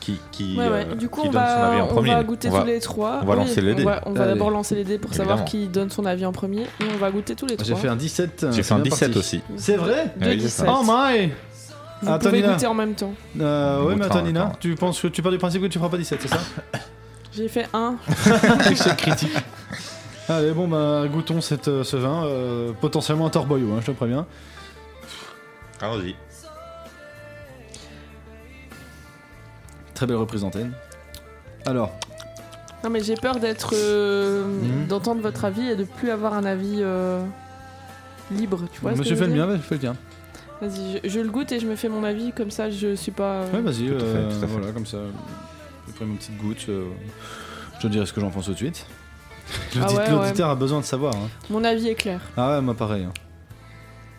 Speaker 4: qui, qui,
Speaker 5: Ouais,
Speaker 4: euh,
Speaker 5: ouais. Du coup,
Speaker 4: qui
Speaker 5: on
Speaker 4: donne son avis
Speaker 5: va,
Speaker 4: en
Speaker 5: on
Speaker 4: premier.
Speaker 5: va goûter tous les trois.
Speaker 4: On va
Speaker 5: Oui,
Speaker 4: lancer les dés.
Speaker 5: On va, on va d'abord lancer les dés pour savoir
Speaker 4: Évidemment.
Speaker 5: qui donne son avis en premier. Et on va goûter tous les
Speaker 3: J'ai
Speaker 5: trois.
Speaker 3: fait un 17. euh,
Speaker 4: J'ai
Speaker 3: c'est
Speaker 4: fait un
Speaker 3: bien
Speaker 4: 17
Speaker 3: parti.
Speaker 4: aussi.
Speaker 3: C'est vrai
Speaker 4: Ah oui, c'est ça.
Speaker 3: Oh my
Speaker 5: Vous
Speaker 3: Attends,
Speaker 5: pouvez
Speaker 3: Nina.
Speaker 5: goûter en même temps.
Speaker 3: Euh, ouais
Speaker 4: On
Speaker 3: mais
Speaker 4: goûtera
Speaker 3: attends Nina, tu penses que tu pars du principe que tu feras pas 17, c'est ça
Speaker 5: J'ai fait un.
Speaker 3: Échec critique. Allez bon bah goûtons cette, euh, ce vin, euh, potentiellement un torboyau, hein, je te préviens.
Speaker 4: Allons-y.
Speaker 3: Très belle reprise d'antenne. Alors,
Speaker 5: Non, mais j'ai peur d'être. euh,
Speaker 3: Mhm.
Speaker 5: d'entendre votre avis et de plus avoir un avis euh, libre, tu vois. ce que
Speaker 3: monsieur
Speaker 5: je
Speaker 3: fait
Speaker 5: veux
Speaker 3: le
Speaker 5: dire
Speaker 3: mien, vas-y, Bah, fais le tien.
Speaker 5: Vas-y, je, je le goûte et je me fais mon avis, comme ça je suis pas. euh,
Speaker 3: Ouais, vas-y,
Speaker 4: Tout à fait,
Speaker 3: euh,
Speaker 4: tout à fait.
Speaker 3: voilà, comme ça. J'ai pris une petite goutte. euh, je te dirai ce que j'en pense tout de suite.
Speaker 5: Ah
Speaker 3: L'audit-
Speaker 5: ouais,
Speaker 3: L'auditeur a besoin de savoir. hein.
Speaker 5: Mon avis est clair.
Speaker 3: Ah ouais, moi pareil. hein.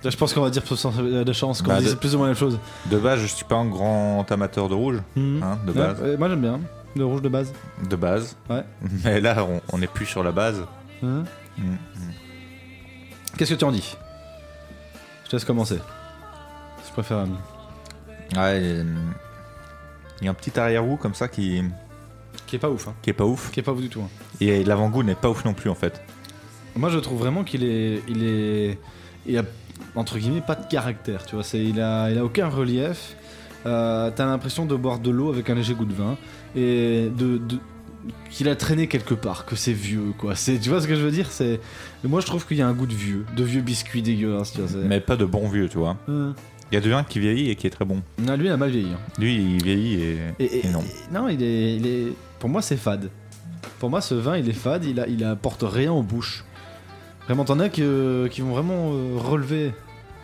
Speaker 3: Là, je pense qu'on va dire pour sens- euh, de chance qu'on
Speaker 4: Bah,
Speaker 3: dise
Speaker 4: de-
Speaker 3: plus ou moins la même chose.
Speaker 4: De base, je suis pas un grand amateur de rouge,
Speaker 3: Mhm.
Speaker 4: hein, de
Speaker 3: Ouais,
Speaker 4: base.
Speaker 3: euh, moi j'aime bien. Le rouge de base.
Speaker 4: De base.
Speaker 3: Ouais.
Speaker 4: Mais là, on, on est plus sur la base.
Speaker 3: Hein
Speaker 4: Mhm.
Speaker 3: Qu'est-ce que tu en dis Je te laisse commencer. Je préfère. Ami.
Speaker 4: Ouais, il y a une- euh, il y a un petit arrière-goût comme ça qui,
Speaker 3: Qui est pas ouf. Hein.
Speaker 4: qui est pas ouf.
Speaker 3: Qui est pas ouf du tout. hein.
Speaker 4: Et l'avant-goût n'est pas ouf non plus en fait.
Speaker 3: Moi je trouve vraiment qu'il est. Il est. Il a entre guillemets pas de caractère, tu vois. C'est, il, a, il a aucun relief. Euh, t'as l'impression de boire de l'eau avec un léger goût de vin. Et de. de- qu'il a traîné quelque part, que c'est vieux quoi. C'est, tu vois ce que je veux dire c'est... Moi je trouve qu'il y a un goût de vieux, de vieux biscuits dégueulasses. Tu vois, c'est-
Speaker 4: Mais pas de bon vieux, tu vois.
Speaker 3: Euh.
Speaker 4: Il y a du vin qui vieillit et qui est très bon.
Speaker 3: Non, lui il a mal vieilli. hein.
Speaker 4: Lui, il vieillit et,
Speaker 3: Et- et-
Speaker 4: et non.
Speaker 3: et- non, il est, il est- Pour moi, c'est fade. Pour moi, ce vin, il est fade. Il, a, il apporte rien aux bouches. Vraiment, t'en as qui, euh, qui vont vraiment euh, relever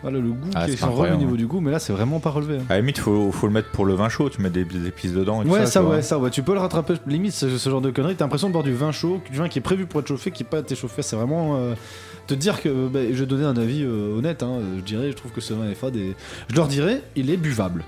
Speaker 3: voilà, le goût,
Speaker 4: Ah,
Speaker 3: qui
Speaker 4: c'est
Speaker 3: sont relevés au
Speaker 4: incroyable,
Speaker 3: niveau
Speaker 4: ouais.
Speaker 3: du goût, mais là c'est vraiment pas relevé. hein.
Speaker 4: À la Ah, limite, faut, faut le mettre pour le vin chaud, tu mets des, des épices dedans. Et tout
Speaker 3: Ouais, ça,
Speaker 4: tu vois.
Speaker 3: ouais, ça, ouais. Tu peux le rattraper, limite, ce, ce genre de conneries. T'as l'impression de boire du vin chaud, du vin qui est prévu pour être chauffé, qui n'a pas été chauffé. C'est vraiment. euh, te dire que. bah, je vais donner un avis euh, honnête, hein. Je dirais, je trouve que ce vin est fade et. Je leur dirais, il est buvable.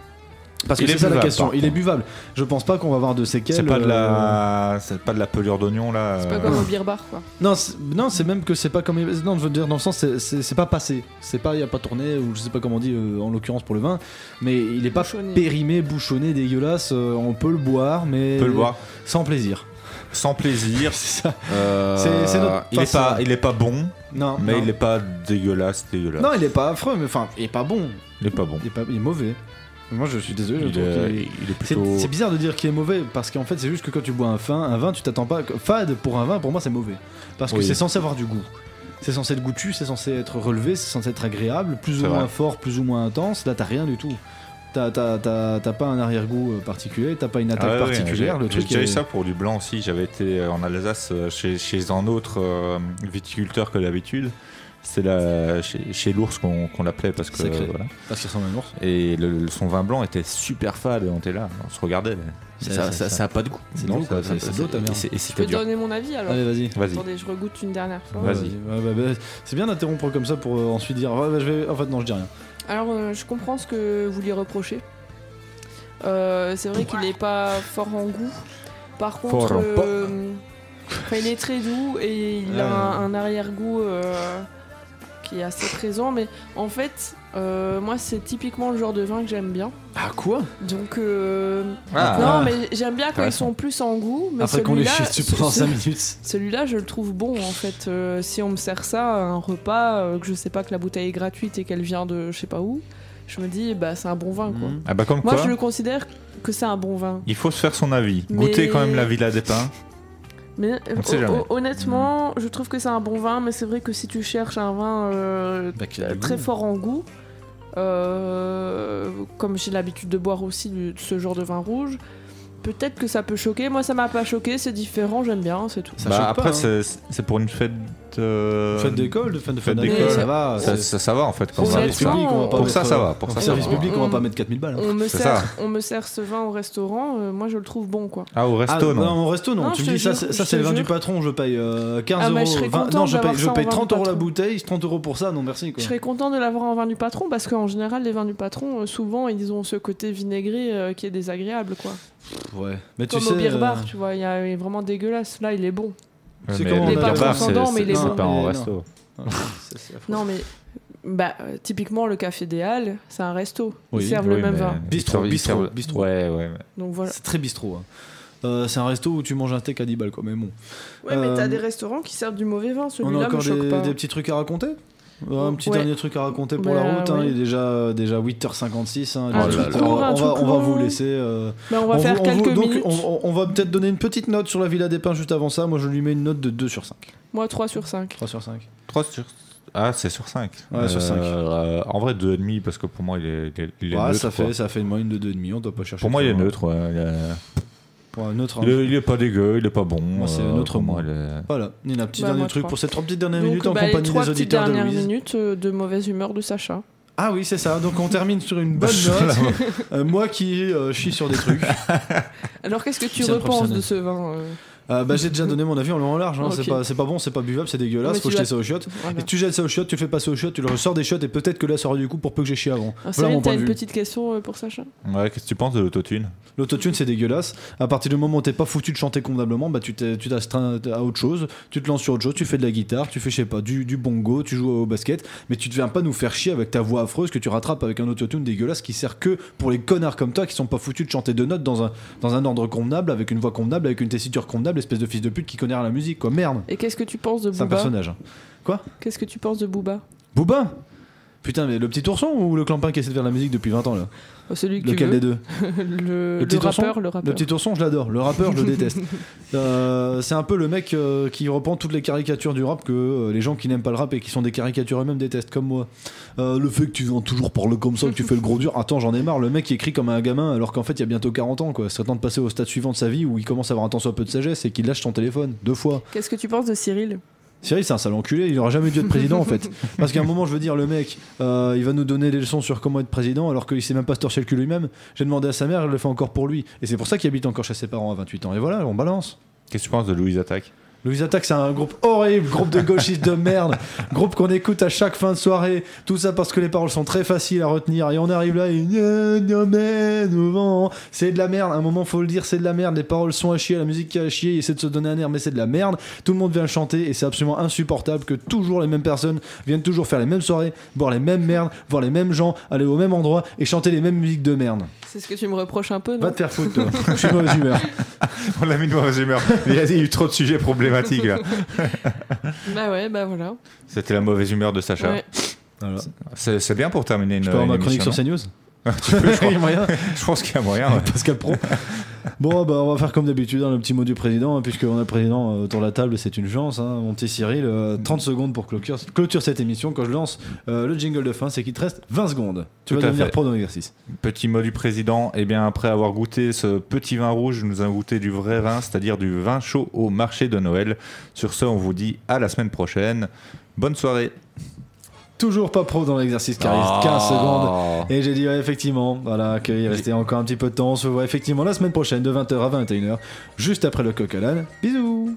Speaker 3: Parce que
Speaker 4: Il est
Speaker 3: c'est ça la
Speaker 4: buvable,
Speaker 3: question.
Speaker 4: par
Speaker 3: Il est
Speaker 4: contre.
Speaker 3: buvable. Je pense pas qu'on va avoir de séquelles.
Speaker 4: C'est pas de
Speaker 3: euh,
Speaker 4: la, c'est pas de la pelure d'oignon là.
Speaker 5: Pas
Speaker 4: euh,
Speaker 5: comme au beer bar, quoi.
Speaker 3: Non, c'est- non, c'est même que c'est pas comme non, je veux dire dans le sens c'est- c'est c'est pas passé, c'est pas il a pas tourné ou je sais pas comment on dit euh, en l'occurrence pour le vin, mais il est pas périmé, bouchonné, dégueulasse. euh, on peut le boire, mais
Speaker 4: On peut le boire.
Speaker 3: sans plaisir.
Speaker 4: Sans plaisir.
Speaker 3: c'est ça.
Speaker 4: euh,
Speaker 3: C'est- c'est notre-
Speaker 4: il est
Speaker 3: enfin,
Speaker 4: pas,
Speaker 3: c'est-
Speaker 4: il est pas bon.
Speaker 3: Non,
Speaker 4: Mais
Speaker 3: non.
Speaker 4: il est pas dégueulasse, dégueulasse.
Speaker 3: Non, il est pas affreux, mais enfin, il est pas bon.
Speaker 4: Il est pas bon.
Speaker 3: Il est, pas- il est mauvais. Moi, je suis désolé. je
Speaker 4: Il euh,
Speaker 3: trouve
Speaker 4: est-
Speaker 3: qu'il
Speaker 4: il est
Speaker 3: C'est-
Speaker 4: plutôt-
Speaker 3: C'est bizarre de dire qu'il est mauvais parce qu'en fait, c'est juste que quand tu bois un vin, un vin, tu t'attends pas. Fade pour un vin, pour moi, c'est mauvais parce que
Speaker 4: Oui.
Speaker 3: c'est censé avoir du goût. C'est censé être goûtu, c'est censé être relevé, c'est censé être agréable, plus
Speaker 4: C'est
Speaker 3: ou
Speaker 4: vrai.
Speaker 3: moins fort, plus ou moins intense. Là, t'as rien du tout. T'as t'as- t'as- t'as pas un arrière-goût euh, particulier, t'as pas une attaque
Speaker 4: Ah ouais, ouais,
Speaker 3: particulière.
Speaker 4: j'ai-
Speaker 3: le truc
Speaker 4: J'ai déjà eu
Speaker 3: est-
Speaker 4: ça pour du blanc aussi. J'avais été euh, en Alsace euh, chez, chez un autre euh, viticulteur que d'habitude. C'est la- chez, chez l'ours qu'on qu'on l'appelait parce que
Speaker 3: Sacré.
Speaker 4: voilà.
Speaker 3: Parce qu'il ressemble à un ours.
Speaker 4: Et le- le- son vin blanc était super fade et on était là, on se regardait. mais
Speaker 3: C'est-
Speaker 4: Ça, ça,
Speaker 3: c'est-
Speaker 4: ça a pas de goût.
Speaker 3: c'est
Speaker 4: Non,
Speaker 3: de l'eau, quoi,
Speaker 4: ça-
Speaker 3: c'est-
Speaker 4: ça-
Speaker 3: c'est de l'eau, ta
Speaker 4: et
Speaker 3: merde.
Speaker 4: c'est- et
Speaker 5: Je
Speaker 4: c'était
Speaker 5: peux
Speaker 4: dur.
Speaker 5: donner mon avis alors.
Speaker 3: Allez, vas-y. Vas-y.
Speaker 5: Attendez, je regoute une dernière fois.
Speaker 3: Ouais, ouais, ouais, bah, c'est bien d'interrompre comme ça pour euh, ensuite dire ouais, bah, je vais. En fait, non, je dis rien.
Speaker 5: Alors, euh, je comprends ce que vous lui reprochez. Euh, c'est vrai qu'il n'est pas fort en goût. Par contre,
Speaker 3: Fort en pas. Euh.
Speaker 5: euh, enfin, il est très doux et il
Speaker 3: Ouais.
Speaker 5: a un, un arrière-goût euh, qui est assez présent. Mais en fait, euh, moi, c'est typiquement le genre de vin que j'aime bien.
Speaker 3: Ah quoi
Speaker 5: Donc, euh,
Speaker 3: Ah.
Speaker 5: non,
Speaker 3: Ah.
Speaker 5: mais j'aime bien quand ils sont plus en goût. Mais
Speaker 3: Après qu'on les
Speaker 5: celui-là-
Speaker 3: chie dessus pendant
Speaker 5: ce-
Speaker 3: 5 minutes.
Speaker 5: Celui-là, je le trouve bon en fait. Euh, si on me sert ça à un repas, euh, que je sais pas que la bouteille est gratuite et qu'elle vient de je sais pas où, je me dis bah c'est un bon vin quoi.
Speaker 4: Ah bah comme
Speaker 5: Moi,
Speaker 4: quoi,
Speaker 5: je le considère que c'est un bon vin.
Speaker 4: il faut se faire son avis.
Speaker 5: Mais-
Speaker 4: Goûter quand même la Villa des Pins.
Speaker 5: Mais euh,
Speaker 4: On ne sait
Speaker 5: hon-
Speaker 4: jamais.
Speaker 5: honnêtement, je trouve que c'est un bon vin, mais c'est vrai que si tu cherches un vin euh,
Speaker 3: Bah, qui a le
Speaker 5: très
Speaker 3: goût.
Speaker 5: fort en goût, euh, comme j'ai l'habitude de boire aussi du- de ce genre de vin rouge, peut-être que ça peut choquer. Moi, ça m'a pas choqué, c'est différent, j'aime bien, c'est tout.
Speaker 4: Bah, après, c'est- c'est pour une fête. euh,
Speaker 3: hein. Fête d'école, de fin de fin
Speaker 4: fête
Speaker 3: d'année,
Speaker 4: d'école.
Speaker 3: ça va,
Speaker 4: Ça,
Speaker 3: c'est-
Speaker 4: ça- ça va en fait. quand
Speaker 3: Pour
Speaker 4: même.
Speaker 3: service public, on va pas
Speaker 4: Pour ça,
Speaker 3: mettre,
Speaker 4: ça
Speaker 3: euh,
Speaker 4: va. Pour
Speaker 3: pour
Speaker 4: ça,
Speaker 3: service
Speaker 4: ça va. Mm.
Speaker 3: public, on va pas mettre 4000 balles. hein.
Speaker 5: On me,
Speaker 4: C'est
Speaker 5: sert,
Speaker 4: ça.
Speaker 5: on me sert ce vin au restaurant, euh, moi je le trouve bon quoi.
Speaker 4: Ah, au resto,
Speaker 3: Ah,
Speaker 4: non.
Speaker 3: Non, au resto, non.
Speaker 5: Non,
Speaker 3: tu
Speaker 5: je
Speaker 3: me
Speaker 5: te
Speaker 3: dis ça,
Speaker 5: jure,
Speaker 3: c'est- ça
Speaker 5: je
Speaker 3: c'est
Speaker 5: te
Speaker 3: le vin
Speaker 5: jure.
Speaker 3: du patron, je paye euh, 15
Speaker 5: Ah,
Speaker 3: euros.
Speaker 5: bah, je serais
Speaker 3: 20
Speaker 5: contente
Speaker 3: non, je paye,
Speaker 5: d'avoir
Speaker 3: je
Speaker 5: ça en
Speaker 3: paye
Speaker 5: vin du
Speaker 3: 30 euros la
Speaker 5: patron.
Speaker 3: bouteille, 30 euros pour ça, non merci quoi.
Speaker 5: Je serais content de l'avoir en vin du patron parce qu'en général, les vins du patron, euh, souvent, ils ont ce côté vinaigré euh, qui est désagréable quoi.
Speaker 3: Ouais, mais
Speaker 5: Comme
Speaker 3: tu sais.
Speaker 5: au beer bar,
Speaker 3: euh,
Speaker 5: tu vois, il y a- il est vraiment dégueulasse. Là, il est bon.
Speaker 3: C'est
Speaker 4: mais
Speaker 3: comment
Speaker 4: le
Speaker 3: on
Speaker 4: beer
Speaker 3: appelle
Speaker 4: bar,
Speaker 3: ça
Speaker 4: c'est-
Speaker 5: Transcendant, mais il est
Speaker 4: c'est-
Speaker 5: bon.
Speaker 4: C'est pas en
Speaker 3: Mais
Speaker 4: resto.
Speaker 5: Non, mais bah, euh, typiquement, le café des Halles, c'est un resto. Ils
Speaker 3: Oui,
Speaker 5: servent le
Speaker 3: oui,
Speaker 5: même
Speaker 3: mais-
Speaker 5: vin.
Speaker 3: Bistrot,
Speaker 4: Ils servent-
Speaker 3: bistrot, bistrot.
Speaker 4: ils servent- Ouais, ouais. ouais.
Speaker 5: Donc voilà.
Speaker 3: C'est très bistrot. hein. Euh, c'est un resto où tu manges un steak à 10 balles quoi, mais bon.
Speaker 5: Ouais, mais t'as
Speaker 3: Euh,
Speaker 5: des restaurants qui servent du mauvais vin.
Speaker 3: On a
Speaker 5: Celui-là me
Speaker 3: encore
Speaker 5: choque
Speaker 3: des,
Speaker 5: pas.
Speaker 3: des petits trucs à raconter Euh, Un petit
Speaker 5: Ouais.
Speaker 3: dernier truc à raconter pour
Speaker 5: Bah,
Speaker 3: la route, hein,
Speaker 5: ouais. Ah,
Speaker 3: il est déjà, déjà 8h56. hein,
Speaker 5: Un
Speaker 3: il est
Speaker 5: truc
Speaker 3: 8h.
Speaker 5: court, un
Speaker 3: on, va,
Speaker 5: truc
Speaker 3: on va vous
Speaker 5: long.
Speaker 3: laisser. euh,
Speaker 5: Bah, on va faire
Speaker 3: vous-
Speaker 5: quelques
Speaker 3: vous- donc,
Speaker 5: minutes.
Speaker 3: on- on- on va peut-être donner une petite note sur la Villa des Pins juste avant ça. Moi je lui mets une note de 2 sur 5.
Speaker 5: Moi, 3 sur 5.
Speaker 3: 3 sur 5.
Speaker 4: 3 sur. Ah, c'est sur 5.
Speaker 3: Ouais, sur cinq.
Speaker 4: en vrai, 2,5 parce que pour moi, il est, il est- il est
Speaker 3: Ouais,
Speaker 4: neutre.
Speaker 3: ça,
Speaker 4: quoi.
Speaker 3: fait, ça fait une moyenne de 2,5, on doit pas chercher.
Speaker 4: Pour moi,
Speaker 3: plus
Speaker 4: il est
Speaker 3: loin.
Speaker 4: neutre. ouais, il est-
Speaker 3: Ouais, un neutre, hein.
Speaker 4: Il, est, il est pas dégueu, il est pas bon.
Speaker 3: Moi, c'est
Speaker 4: euh,
Speaker 3: un autre
Speaker 4: pour
Speaker 3: mot.
Speaker 4: moi, il est-
Speaker 3: Voilà, il a un petit
Speaker 5: Bah,
Speaker 3: dernier
Speaker 5: moi,
Speaker 3: truc
Speaker 5: trois.
Speaker 3: pour cette 3 petites dernières
Speaker 5: Donc,
Speaker 3: minutes en
Speaker 5: bah, les
Speaker 3: compagnie
Speaker 5: trois
Speaker 3: des
Speaker 5: petites
Speaker 3: auditeurs de
Speaker 5: dernières
Speaker 3: Louise.
Speaker 5: minutes euh, de mauvaise humeur de Sacha.
Speaker 3: Ah oui, c'est ça. Donc on termine sur une bonne
Speaker 4: Voilà.
Speaker 3: note. Euh, moi qui euh, chie sur des trucs.
Speaker 5: Alors qu'est-ce que tu
Speaker 3: C'est un
Speaker 5: repenses de
Speaker 3: professionnel.
Speaker 5: ce vin euh
Speaker 3: Euh, bah, j'ai déjà donné mon avis en long et en large. hein.
Speaker 5: Ok.
Speaker 3: C'est pas, c'est pas bon, c'est pas buvable, c'est
Speaker 5: Non,
Speaker 3: dégueulasse.
Speaker 5: mais
Speaker 3: Faut
Speaker 5: tu
Speaker 3: jeter
Speaker 5: dois-
Speaker 3: ça aux chiottes.
Speaker 5: Voilà.
Speaker 3: Et tu jettes ça aux chiottes, tu le fais passer aux chiottes, tu le ressors des chiottes et peut-être que là ça aura du coup pour peu que j'ai chié avant.
Speaker 5: Ah,
Speaker 3: voilà mon
Speaker 5: Cyril,
Speaker 3: point
Speaker 5: t'as
Speaker 3: de
Speaker 5: une
Speaker 3: vue.
Speaker 5: petite question euh, pour Sacha
Speaker 4: Ouais, qu'est-ce que tu penses de l'autotune
Speaker 3: L'autotune c'est dégueulasse. À partir du moment où t'es pas foutu de chanter convenablement, bah tu t'es- tu t'astreins à autre chose, tu te lances sur autre chose, tu fais de la guitare, tu fais je sais pas du, du bongo, tu joues au basket, mais tu te viens pas nous faire chier avec ta voix affreuse que tu rattrapes avec un autotune dégueulasse qui sert que pour les connards comme toi qui sont pas foutus de chanter deux notes dans un, dans un ordre convenable, avec une voix convenable, avec une tessiture convenable, espèce de fils de pute qui connaît rien à la musique quoi. Merde,
Speaker 5: Et qu'est-ce que tu penses de
Speaker 3: c'est un
Speaker 5: Booba
Speaker 3: personnage. Quoi
Speaker 5: Qu'est-ce que tu penses de Booba
Speaker 3: Booba Putain, mais le petit ourson ou le clampin qui essaie de faire de la musique depuis 20 ans là
Speaker 5: Euh, Celui que
Speaker 3: Lequel
Speaker 5: tu
Speaker 3: des
Speaker 5: veux.
Speaker 3: deux
Speaker 5: le, le
Speaker 3: petit ourson
Speaker 5: rappeur, le rappeur.
Speaker 3: petit ourson, je l'adore. Le rappeur, je le déteste. Euh, c'est un peu le mec euh, qui reprend toutes les caricatures du rap que euh, les gens qui n'aiment pas le rap et qui sont des caricatures eux-mêmes détestent, comme moi. Euh, le fait que tu viens toujours parler comme ça, que tu fais le gros dur. Attends, j'en ai marre. Le mec qui écrit comme un gamin alors qu'en fait il y a bientôt 40 ans. quoi. C'est temps de passer au stade suivant de sa vie où il commence à avoir un temps soit peu de sagesse et qu'il lâche son téléphone deux fois.
Speaker 5: Qu'est-ce que tu penses de Cyril
Speaker 3: Cyril, c'est un sale enculé, il n'aura jamais dû être président en fait. Parce qu'à un moment, je veux dire, le mec, euh, il va nous donner des leçons sur comment être président alors qu'il sait même pas se torcher le cul lui-même. J'ai demandé à sa mère, elle le fait encore pour lui. Et c'est pour ça qu'il habite encore chez ses parents à 28 ans. Et voilà, on balance.
Speaker 4: Qu'est-ce que tu penses de Louise Attaque
Speaker 3: Louise Attaque, c'est un groupe horrible, groupe de gauchistes de merde, groupe qu'on écoute à chaque fin de soirée. Tout ça parce que les paroles sont très faciles à retenir. Et on arrive là et. Gna, gna, mais, nous vend. C'est de la merde. À un moment, faut le dire, c'est de la merde. Les paroles sont à chier, la musique qui est à chier. Ils essaient de se donner un air, mais c'est de la merde. Tout le monde vient le chanter et c'est absolument insupportable que toujours les mêmes personnes viennent toujours faire les mêmes soirées, boire les mêmes merdes, voir les mêmes gens, aller au même endroit et chanter les mêmes musiques de merde.
Speaker 5: C'est ce que tu me reproches un peu, non
Speaker 3: Va te faire foutre, toi. Je suis de mauvaise humeur.
Speaker 4: On l'a mis de mauvaise humeur. Il y a il y a eu trop de sujets problématiques là.
Speaker 5: Bah ouais, bah voilà.
Speaker 4: C'était la mauvaise humeur de Sacha.
Speaker 5: Ouais.
Speaker 3: Voilà.
Speaker 4: C'est c'est bien pour terminer une.
Speaker 3: Je peux avoir
Speaker 4: une
Speaker 3: ma chronique
Speaker 4: émission,
Speaker 3: sur CNews
Speaker 4: non Tu peux, je
Speaker 3: Il y a
Speaker 4: crois.
Speaker 3: moyen.
Speaker 4: Je pense qu'il y a moyen. ouais.
Speaker 3: Pascal Pro. Bon, bah, on va faire comme d'habitude, hein, le petit mot du président, hein, puisqu'on a le président euh, autour de la table, c'est une chance. hein. mon petit Cyril,
Speaker 4: Mm.
Speaker 3: euh, 30 secondes pour clôture, clôture cette émission. Quand je lance euh, le jingle de fin, c'est qu'il te reste 20 secondes. Tu
Speaker 4: Tout
Speaker 3: vas
Speaker 4: à
Speaker 3: devenir
Speaker 4: fait.
Speaker 3: pro dans l'exercice.
Speaker 4: Petit mot du président, et bien après avoir goûté ce petit vin rouge, nous avons goûté du vrai vin, c'est-à-dire du vin chaud au marché de Noël. Sur ce, on vous dit à la semaine prochaine. Bonne soirée.
Speaker 3: Toujours pas pro dans l'exercice, car il reste 15
Speaker 4: Ah.
Speaker 3: secondes. Et j'ai dit, ouais, effectivement, voilà, qu'il restait encore un petit peu de temps. On se voit effectivement la semaine prochaine de 20h à 21h, juste après le coq à l'âne. Bisous